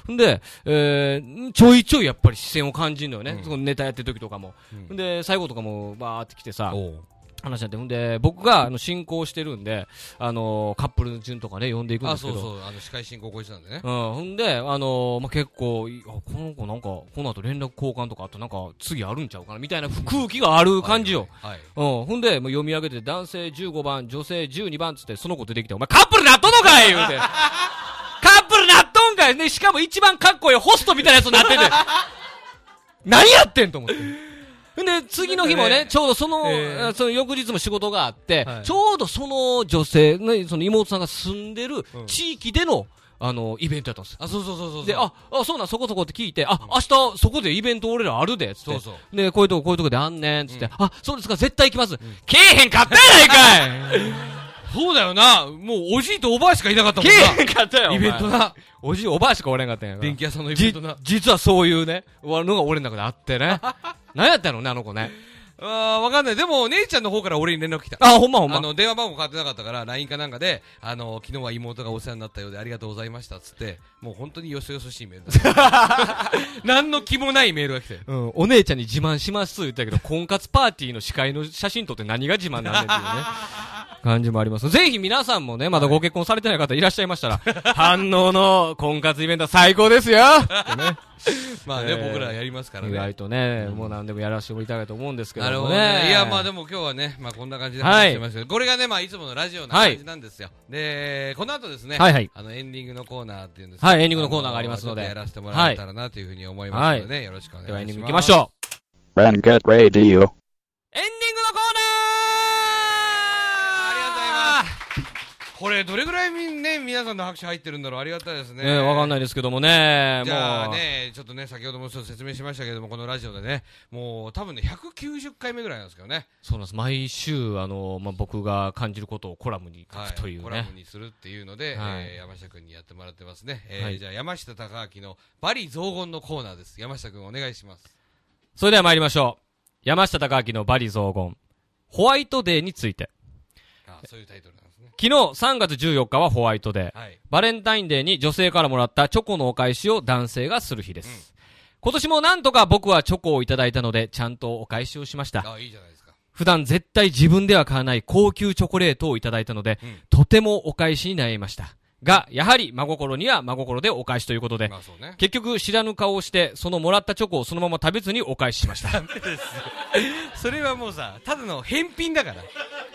S1: て。ん、で、えー、ちょいちょいやっぱり視線を感じるのよね。
S2: うん
S1: そのネタやってる時とかも。
S2: うん
S1: ん、で、最後とかもバーって来てさ、
S2: おう
S1: 話になって。ほんで、僕があの進行してるんで、あのーカップルの順とかね、呼んでいくんで
S2: あ
S1: すけ
S2: そ
S1: ど。
S2: うそうあの司会進行こいつなんでね
S1: うん、ほんで、あのーまあ、結構、いあこの子なんか、この後連絡交換とか、あとなんか、次あるんちゃうかな、みたいな空気がある感じよ。
S2: はい
S1: うん、ほんで、もう読み上げて、男性15番、女性12番っつって、その子出てきて、お前カップルなっとんのかい言うて。カップルなっとんかいね、しかも一番かっこいいホストみたいなやつになってて。何やってんと思って。ほんで、次の日も
S2: なんか
S1: ね
S2: ね、
S1: ちょうどその、
S2: えー
S1: あその翌日も仕事があって、
S2: はい
S1: ちょうどその女性、ね、その妹さんが住んでる地域での、あの、イベントやったんですよ。
S2: あそうそうそうそう
S1: で、あ、あ、そうなん、そこそこって聞いて、あ、明日、そこでイベント俺らあるで、つって。
S2: そうそう
S1: で、こういうとこ、こういうとこであんねん、つって、
S2: うん
S1: あ、そうですか、絶対行きます。けえへんかったや ないかい
S2: そうだよなもうおじいとおばあしかいなかった
S1: け
S2: もん
S1: えへんかったよ、
S2: なイベント
S1: お前
S2: な
S1: おじい、おばあしかおれんかったんやから
S2: 電気屋さんのイベン
S1: じ
S2: トな、
S1: 実はそういうね、わのが俺の中であって ね。何やったのね、あの子ね。
S2: あーわかんないでも姉ちゃんの方から俺に連絡来た
S1: あ、ほんまほん
S2: あ
S1: ま。
S2: の電話番号変わってなかったから LINE かなんかであの昨日は妹がお世話になったようでありがとうございましたっつってもう本当によそよそしいメールだった 何の気もないメールが来て
S1: うん、お姉ちゃんに 自慢しますと言ったけど、婚活パーティーの司会の写真撮って何が自慢なんねんっていうね。感じもあります。ぜひ皆さんもね、まだご結婚されてない方いらっしゃいま したら、反応の婚活イベントは最高ですよってね
S2: まあね、
S1: えー
S2: 僕らやりますから
S1: 意
S2: ね。
S1: 外とね、もう何でもやらせてもらいたいと思うんですけ
S2: なる
S1: ど
S2: ほ
S1: も
S2: ど
S1: ね。
S2: ね。いや、まあでも今日はね、まあこんな感じで話してますけど、これがね、まあいつものラジオの感じなんですよ。で、この後ですね、
S1: はいはい
S2: あのエンディングのコーナーっていうんですか
S1: はい、エンディングのコーナーがありますの
S2: ちょっ
S1: で
S2: とや。らせてもらえたらなというふうに思いますのでね、よろしくお願いします。
S1: ではエンディング行きましょ
S3: Rangat Radio.
S1: う。エンディングのコー
S2: ありがとうござい
S1: ナー
S2: ます。これ、どれぐらいみんね、皆さんの拍手入ってるんだろう。ありがたいですね。
S1: ねわかんないですけどもね、
S2: じゃあ
S1: もう。
S2: ね、ちょっとね、先ほどもちょっと説明しましたけども、このラジオでね、もう多分ね、190回目ぐらいなんですけどね。
S1: そうなんです。毎週、あの、まあ、僕が感じることをコラムに書
S2: は
S1: くという
S2: コラ
S1: ね
S2: ム。にするっていうので、
S1: はい
S2: えー山下くんにやってもらってますね。えー
S1: はい
S2: じゃあ、山下隆明のバリ雑言のコーナーです。山下くんお願いします。
S1: それでは参りましょう。山下隆明のバリ雑言。ホワイトデーについて。
S2: あそういうタイトルなんですね。
S1: 昨日3月14日はホワイトデー。
S2: はい。
S1: バレンタインデーに女性からもらったチョコのお返しを男性がする日です。今年もなんとか僕はチョコをいただいたので、ちゃんとお返しをしました。
S2: あ、いいじゃないですか。
S1: 普段絶対自分では買わない高級チョコレートをいただいたので、
S2: うん
S1: とてもお返しに悩みました。が、やはり真心には真心でお返しということで、
S2: まあそうね。
S1: 結局知らぬ顔をして、そのもらったチョコをそのまま食べずにお返ししました。
S2: それはもうさ、ただの返品だから。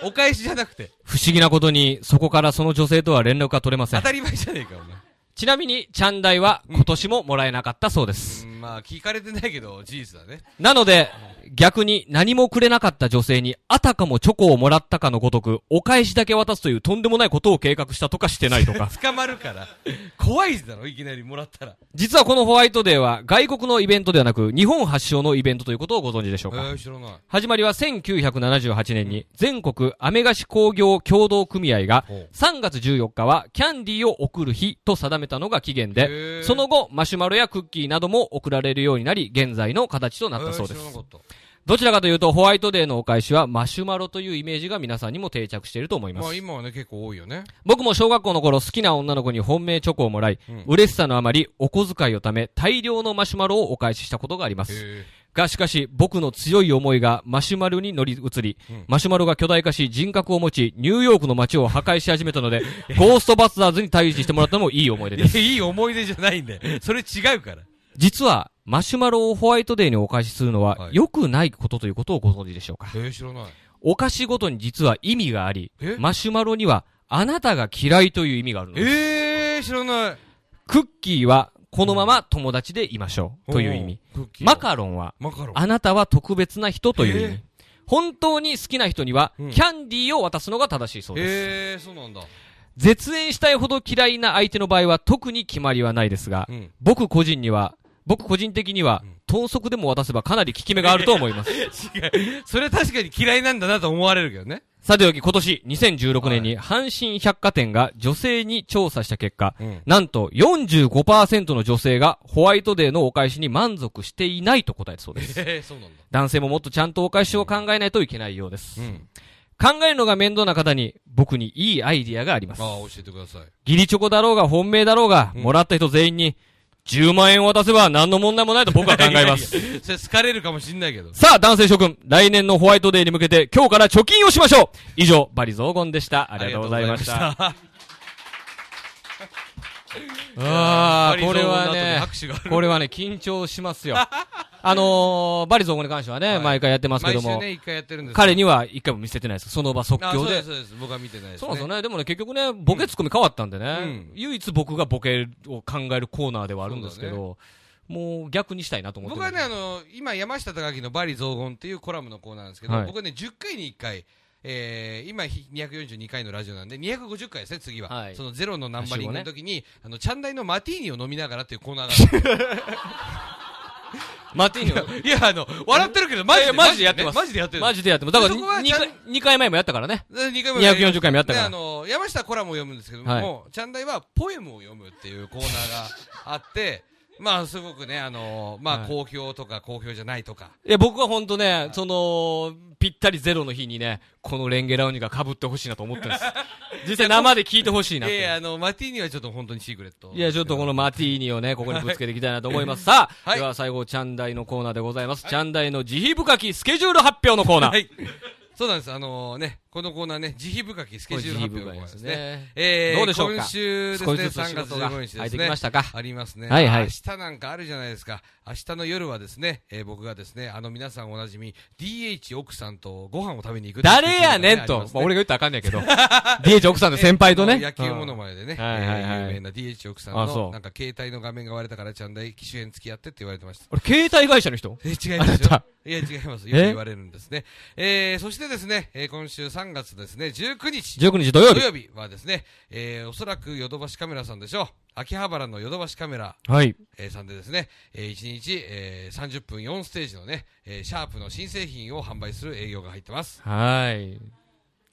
S2: お返しじゃなくて、
S1: 不思議なことに、そこからその女性とは連絡が取れませ
S2: 当
S1: ん。
S2: たり前じゃねえか、お前。
S1: ちなみに、チャンダイは今年ももらえなかったそうです。
S2: うんまあ、聞かれてないけど、事実だね。
S1: なので、逆に何もくれなかった女性に、あたかもチョコをもらったかのごとく、お返しだけ渡すというとんでもないことを計画したとかしてない とか。
S2: 捕まるから。怖いだろ、いきなりもらったら。
S1: 実はこのホワイトデーは、外国のイベントではなく、日本発祥のイベントということをご存知でしょう
S2: え
S1: か。
S2: ー、知らない。
S1: 始まりは1978年に、全国アメガシ工業協同組合が
S2: ほう、
S1: 3月14日はキャンディーを送る日と定めたのが起源
S2: へー
S1: で、その後、マシュマロやクッキーなども送られるようになり、現在の形となったそうで
S2: えー知らな
S1: す
S2: か。った。
S1: どちらかというと、ホワイトデーのお返しはマシュマロというイメージが皆さんにも定着していると思います
S2: まあ。今はね、結構多いよね。
S1: 僕も小学校の頃好きな女の子に本命チョコをもらい、嬉しさのあまりお小遣いをため大量のマシュマロをお返ししたことがあります。
S2: へ
S1: が、しかし、僕の強い思いがマシュマロに乗り移り、マシュマロが巨大化し人格を持ち、ニューヨークの街を破壊し始めた ので、ゴーストバスターズに対峙してもらったのもいい思い出です。
S2: え。いい思い出じゃないんだよ。それ違うから。
S1: 実は、マシュマロをホワイトデーにお返しするの
S2: は
S1: はい良くないことということをご存知でしょうか
S2: えー、知らない。
S1: お菓子ごとに実は意味があり
S2: え、
S1: マシュマロにはあなたが嫌いという意味があるのです。
S2: えー、知らない。
S1: クッキーはこのまま友達でいましょうという意味。
S2: おー。クッキー
S1: マカロンは
S2: マカロン。
S1: あなたは特別な人という意
S2: えー
S1: 味。本当に好きな人には、キ
S2: うん
S1: ャンディーを渡すのが正しいそうです。
S2: えー、そうなんだ。
S1: 絶縁したいほど嫌いな相手の場合は特に決まりはないですが
S2: う、ん。
S1: 僕個人には、僕個人的には、豚足でも渡せばかなり効き目があると思います。
S2: それは確かに嫌いなんだなと思われるけどね。
S1: さておき今年2016年に阪神百貨店が女性に調査した結 果、
S2: うん
S1: なんと45%の女性がホワイトデーのお返しに満足していないと答えたそうです。
S2: えー、そうなんだ。
S1: 男性ももっとちゃんとお返しを考えないといけないようです。
S2: うん。
S1: 考えるのが面倒な方に僕にいいアイディアがありま
S2: ああ、
S1: す。
S2: 教えてください。
S1: ギリチョコだろうが本命だろうが、もらった人全員に10万円を渡せば何の問題もないと僕は 考えます。
S2: いやいや。 それ好かれるかもしんないけど。
S1: さあ、男性諸君、来年のホワイトデーに向けて今日から貯金をしましょう以上、バリ雑言でした。ありがとうございました。
S2: あ
S1: ああ、これは
S2: ね
S1: ね、
S2: 拍手がある。
S1: これはね、緊張しますよ。あのー、バリ雑言に関してはね、
S2: はい
S1: 毎回やってますけ
S2: 毎
S1: ど
S2: 週
S1: も、
S2: ね、一回やってるんです
S1: 彼
S2: に
S1: には一回も見せてないです。その場即
S2: あ、そ
S1: 興
S2: うで、。
S1: です
S2: そうです。僕は見てないです。
S1: そうなんですよね。でもね、結局ね、ボケツッコミ変わったんでね、
S2: うん
S1: 唯一僕がボケを考えるコーナーではあるんですけ
S2: そ
S1: ど、もう逆にしたいなと思って
S2: 僕
S1: ま
S2: は
S1: す
S2: ね、あの、今、山下隆明のバリ雑言っていうコラムのコーナーなんですけど、
S1: はい
S2: 僕はね、10回に1回、えー、今、ひ242回のラジオなんで、250回ですね、次は。
S1: はい
S2: そのゼロのナンバリングの時に、あの、チャンダイのマティーニを飲みながらっていうコーナ ーが
S1: マティーニョ
S2: ある いや、あの、笑ってるけど、マジで。
S1: いやマジでやってます
S2: マジでやってる。
S1: マジでやっても、だから
S2: そこは
S1: 2
S2: ちゃん
S1: 回、二回前もやったからね。
S2: で二回
S1: 240回もやったから
S2: であの、山下コラムを読むんですけども、
S1: はい
S2: もう、チャンダイはポエムを読むっていうコーナーがあって、まあ、すごくね、あの、ま
S1: は
S2: あ、
S1: い
S2: 好評とか好評じゃないとか、
S1: いや、僕は本当ね、その、ぴったりゼロの日にね、このレンゲラウニが被ってほしいなと思ってるんで す。実際生で聞いてほしいなっ
S2: いやい
S1: て
S2: や。あの、マティーニはちょっと本当にシークレット。
S1: いや、ちょっとこのマティーニをね、ここにぶつけていきたいなと思います。さあ、
S2: はい
S1: では最後、チャンダイのコーナーでございます。チャンダイの慈悲深きスケジュール発表のコーナー。
S2: はい。そうなんです。あのね、このコーナーね、慈悲深きスケジュール発表のコーナーです
S1: これ慈悲深いですね
S2: ね。え
S1: どうでしょうか
S2: 今週です
S1: 少
S2: ね、
S1: しずつ仕
S2: 3月
S1: 事が
S2: 15日
S1: 入
S2: で
S1: っ
S2: す
S1: てき
S2: ね
S1: ま。したか。
S2: ありますね。
S1: はいはい
S2: 明日なんかあるじゃないですか。明日の夜はですね、えー僕がですね、あの皆さんおなじみ、DH 奥さんとご飯を食べに行くっていう
S1: 誰やねんと。
S2: ありますね
S1: まあ俺が言ったらあかんねんけ ど。DH 奥さんの先輩とね。
S2: 野球ものまねでね、
S1: うんはいはいはい
S2: えー有名な DH 奥さん
S1: あそ
S2: の、
S1: う
S2: なんか携帯の画面が割れたからちゃんだい、機種変付き合ってって言われてました。
S1: 俺、携帯会社の人
S2: えー違います
S1: あな
S2: よ
S1: た。
S2: いや、違います。
S1: え
S2: よく言われるんですね。えー、そしてですね、えー今週3月ですね、19日。
S1: ?19 日土曜
S2: 土
S1: 日。
S2: 曜日はですね、えー、おそらくヨドバシカメラさんでしょう。秋葉原のヨドバシカメラ、
S1: はい。
S2: えーさんでですね、えー1日、えー30分4ステージのね、えーシャープの新製品を販売する営業が入ってます。
S1: はい。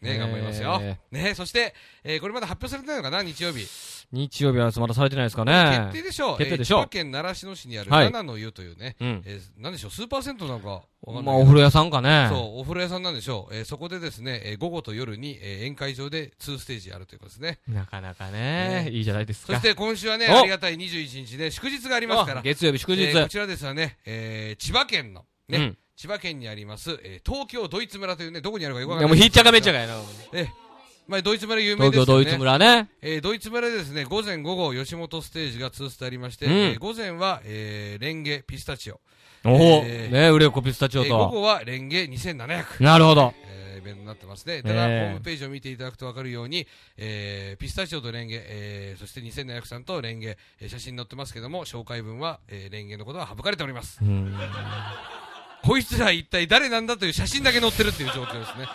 S2: ね、
S1: ね
S2: 頑張りますよ。ね、そして、えーこれまだ発表されてないのかな、日曜日。
S1: 日曜日はまだされてないですかね
S2: 決。定でしょう。
S1: 決定でしょう
S2: えー千葉県習志野市にある
S1: はい
S2: 七の湯というね、
S1: うん。
S2: えーなんでしょう、スーパー銭湯なんかわかんないけど
S1: まあ、お風呂屋さんかね。
S2: そう、お風呂屋さんなんでしょう。えーそこでですね、えー午後と夜に、えー宴会場で2ステージあるということですね。
S1: なかなかね、
S2: ね
S1: いいじゃないです
S2: そ
S1: か。、
S2: してて今週はね、
S1: お
S2: ありがたい21日で祝日がありますから。
S1: 月曜日祝日。
S2: えーこちらですはね、えー千葉県の、ね、
S1: うん
S2: 千葉県にあります、えー東京ドイツ村というね、どこにあるかよくわか
S1: で
S2: ん
S1: も、
S2: ない。
S1: ひっちゃかめっちゃかやな。
S2: えーまあ、ドイツ村有名
S1: 東
S2: です
S1: 京
S2: よね。
S1: ドイツ村ね。
S2: えードイツ村でですね、午前午後、吉本ステージが2ステありまして、
S1: うん
S2: えー午前は、えーレンゲピスタチオ。
S1: おお、
S2: えー
S1: ね、売れっ子ピスタチ
S2: え
S1: オ
S2: ー午
S1: と。
S2: 後はレンゲ2700。
S1: なるほど。
S2: えーイベントになってますね。ただ、
S1: えー
S2: ホームページを見ていただくと分かるように、えーピスタチオとレンゲ、えーそして2700さんとレンゲ、えー写真載ってますけども、紹介文は、えーレンゲのことは省かれております。
S1: うん。
S2: こいつら一体誰なんだという写真だけ載ってるっていう状況ですね。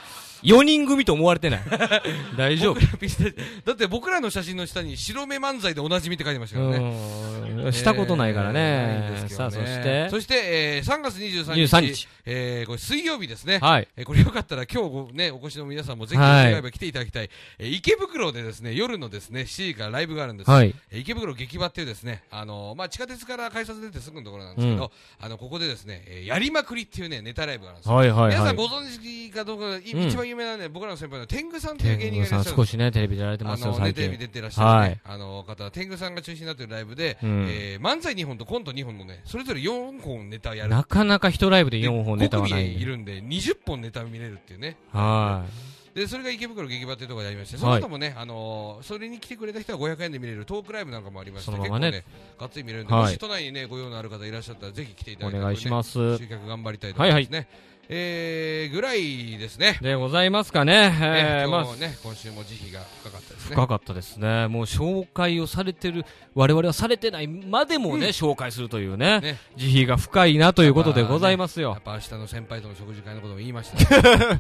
S1: 4人組と思われてない。 大丈夫
S2: 僕。らピスタチオだって僕らの写真の下に白目漫才でおなじみって書いてましたからね。
S1: うんしたことないから
S2: えーないん
S1: ね。
S2: ですけ
S1: さ
S2: ど
S1: あ、そ
S2: ね
S1: して。
S2: そして、えー3月23日。
S1: 23日
S2: えーこれ水曜日ですね。
S1: はい。
S2: えーこれよかったら今日ごね、お越しの皆さんもぜひ、
S1: はい
S2: いれば来ていただきたい。えー池袋でですね、夜のですね、7時からライブがあるんです。
S1: はい。
S2: えー池袋劇場っていうですね、あのーまあ、地下鉄から改札出てすぐのところなんですけど、あの、ここでですね、えーやりまくりっていうね、ネタライブがあるんですよ。
S1: はいはい
S2: 皆さ
S1: は
S2: ん
S1: い。
S2: ご存知かどうか、い
S1: うん
S2: 一番有名なね、僕らの先輩の天狗さんという芸
S1: 天
S2: 人が
S1: 狗
S2: い
S1: さん
S2: らっしゃるんで
S1: 少
S2: す
S1: しね、テレビ出られて
S2: あ
S1: ますよ、
S2: のね、
S1: 最
S2: テレビ
S1: 近。
S2: 出てらっしゃる、
S1: はい
S2: ねあの方、天狗さんが中心になってるライブで、
S1: うん
S2: えー漫才2本とコント2本のね、それぞれ4本ネタやる
S1: なかなか一ライブで4本ネタは
S2: 5
S1: な
S2: 組い
S1: い。
S2: るんで、20本ネタ見れるっていうね。
S1: は
S2: で、それが池袋劇場っていうところでありまして、
S1: はい
S2: その人もね、あのーそれに来てくれた人は500円で見れるトークライブなんかもありまして、
S1: そのままね
S2: 結構ね、がっつり見れるんで、
S1: はい
S2: もし都内にね、ご用のある方いらっしゃったら、ぜひ来ていただいて、
S1: お願いします
S2: これね集客頑張りたいと思いますね。えー、ぐらいですね。
S1: い。でございますかね。え
S2: ね
S1: ーま
S2: 今
S1: あ
S2: 日も、ね、今週も慈悲が深かったですね。
S1: 深かったですね。もう紹介をされてる、我々はされてないまでもね、紹介するというね
S2: ね
S1: 慈悲が深いなということでございます
S2: や
S1: よ
S2: っ。ぱ明日の先輩との食事会のことも言いました、 ね。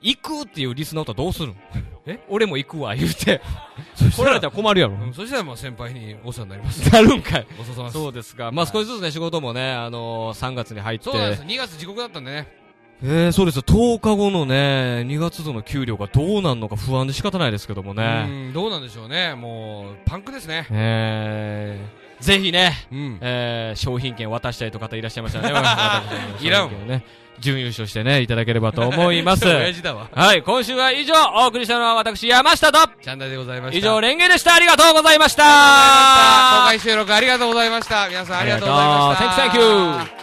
S1: 行くっていうリスナーとはどうする のえ俺も行くわ、言うて。来られたら困るやろ。
S2: うんそしたらもう先輩にお世 話になります。
S1: なるんかい。
S2: ごちそうさまです。
S1: そうですか。まあ、
S2: はい
S1: 少しずつね、仕事もね、あのー、3月に入って。
S2: そうなんです。2月地獄だったんでね。
S1: えー、そうですよ。10日後のね、2月度の給料がどうなんのか不安で仕方ないですけどもね。
S2: うん、どうなんでしょうね。もう、パンクですね。
S1: えー、ぜひね、
S2: うん。
S1: えー、商品券渡したいという方いらっしゃいました らね。私
S2: いらんわ
S1: 商品券をね、準優勝してね、いただければと思いま す。
S2: 親父だわ。
S1: はい、今週は以上、お送りしたのは私、山下と、
S2: チャンダイでございました。
S1: 以上、
S2: ありがとう
S1: レンゲでした。ありがとうございました。
S2: ございました公開収録ありがとうございました。皆さんありがとうございました。
S1: ありがとう Thank you, thank you.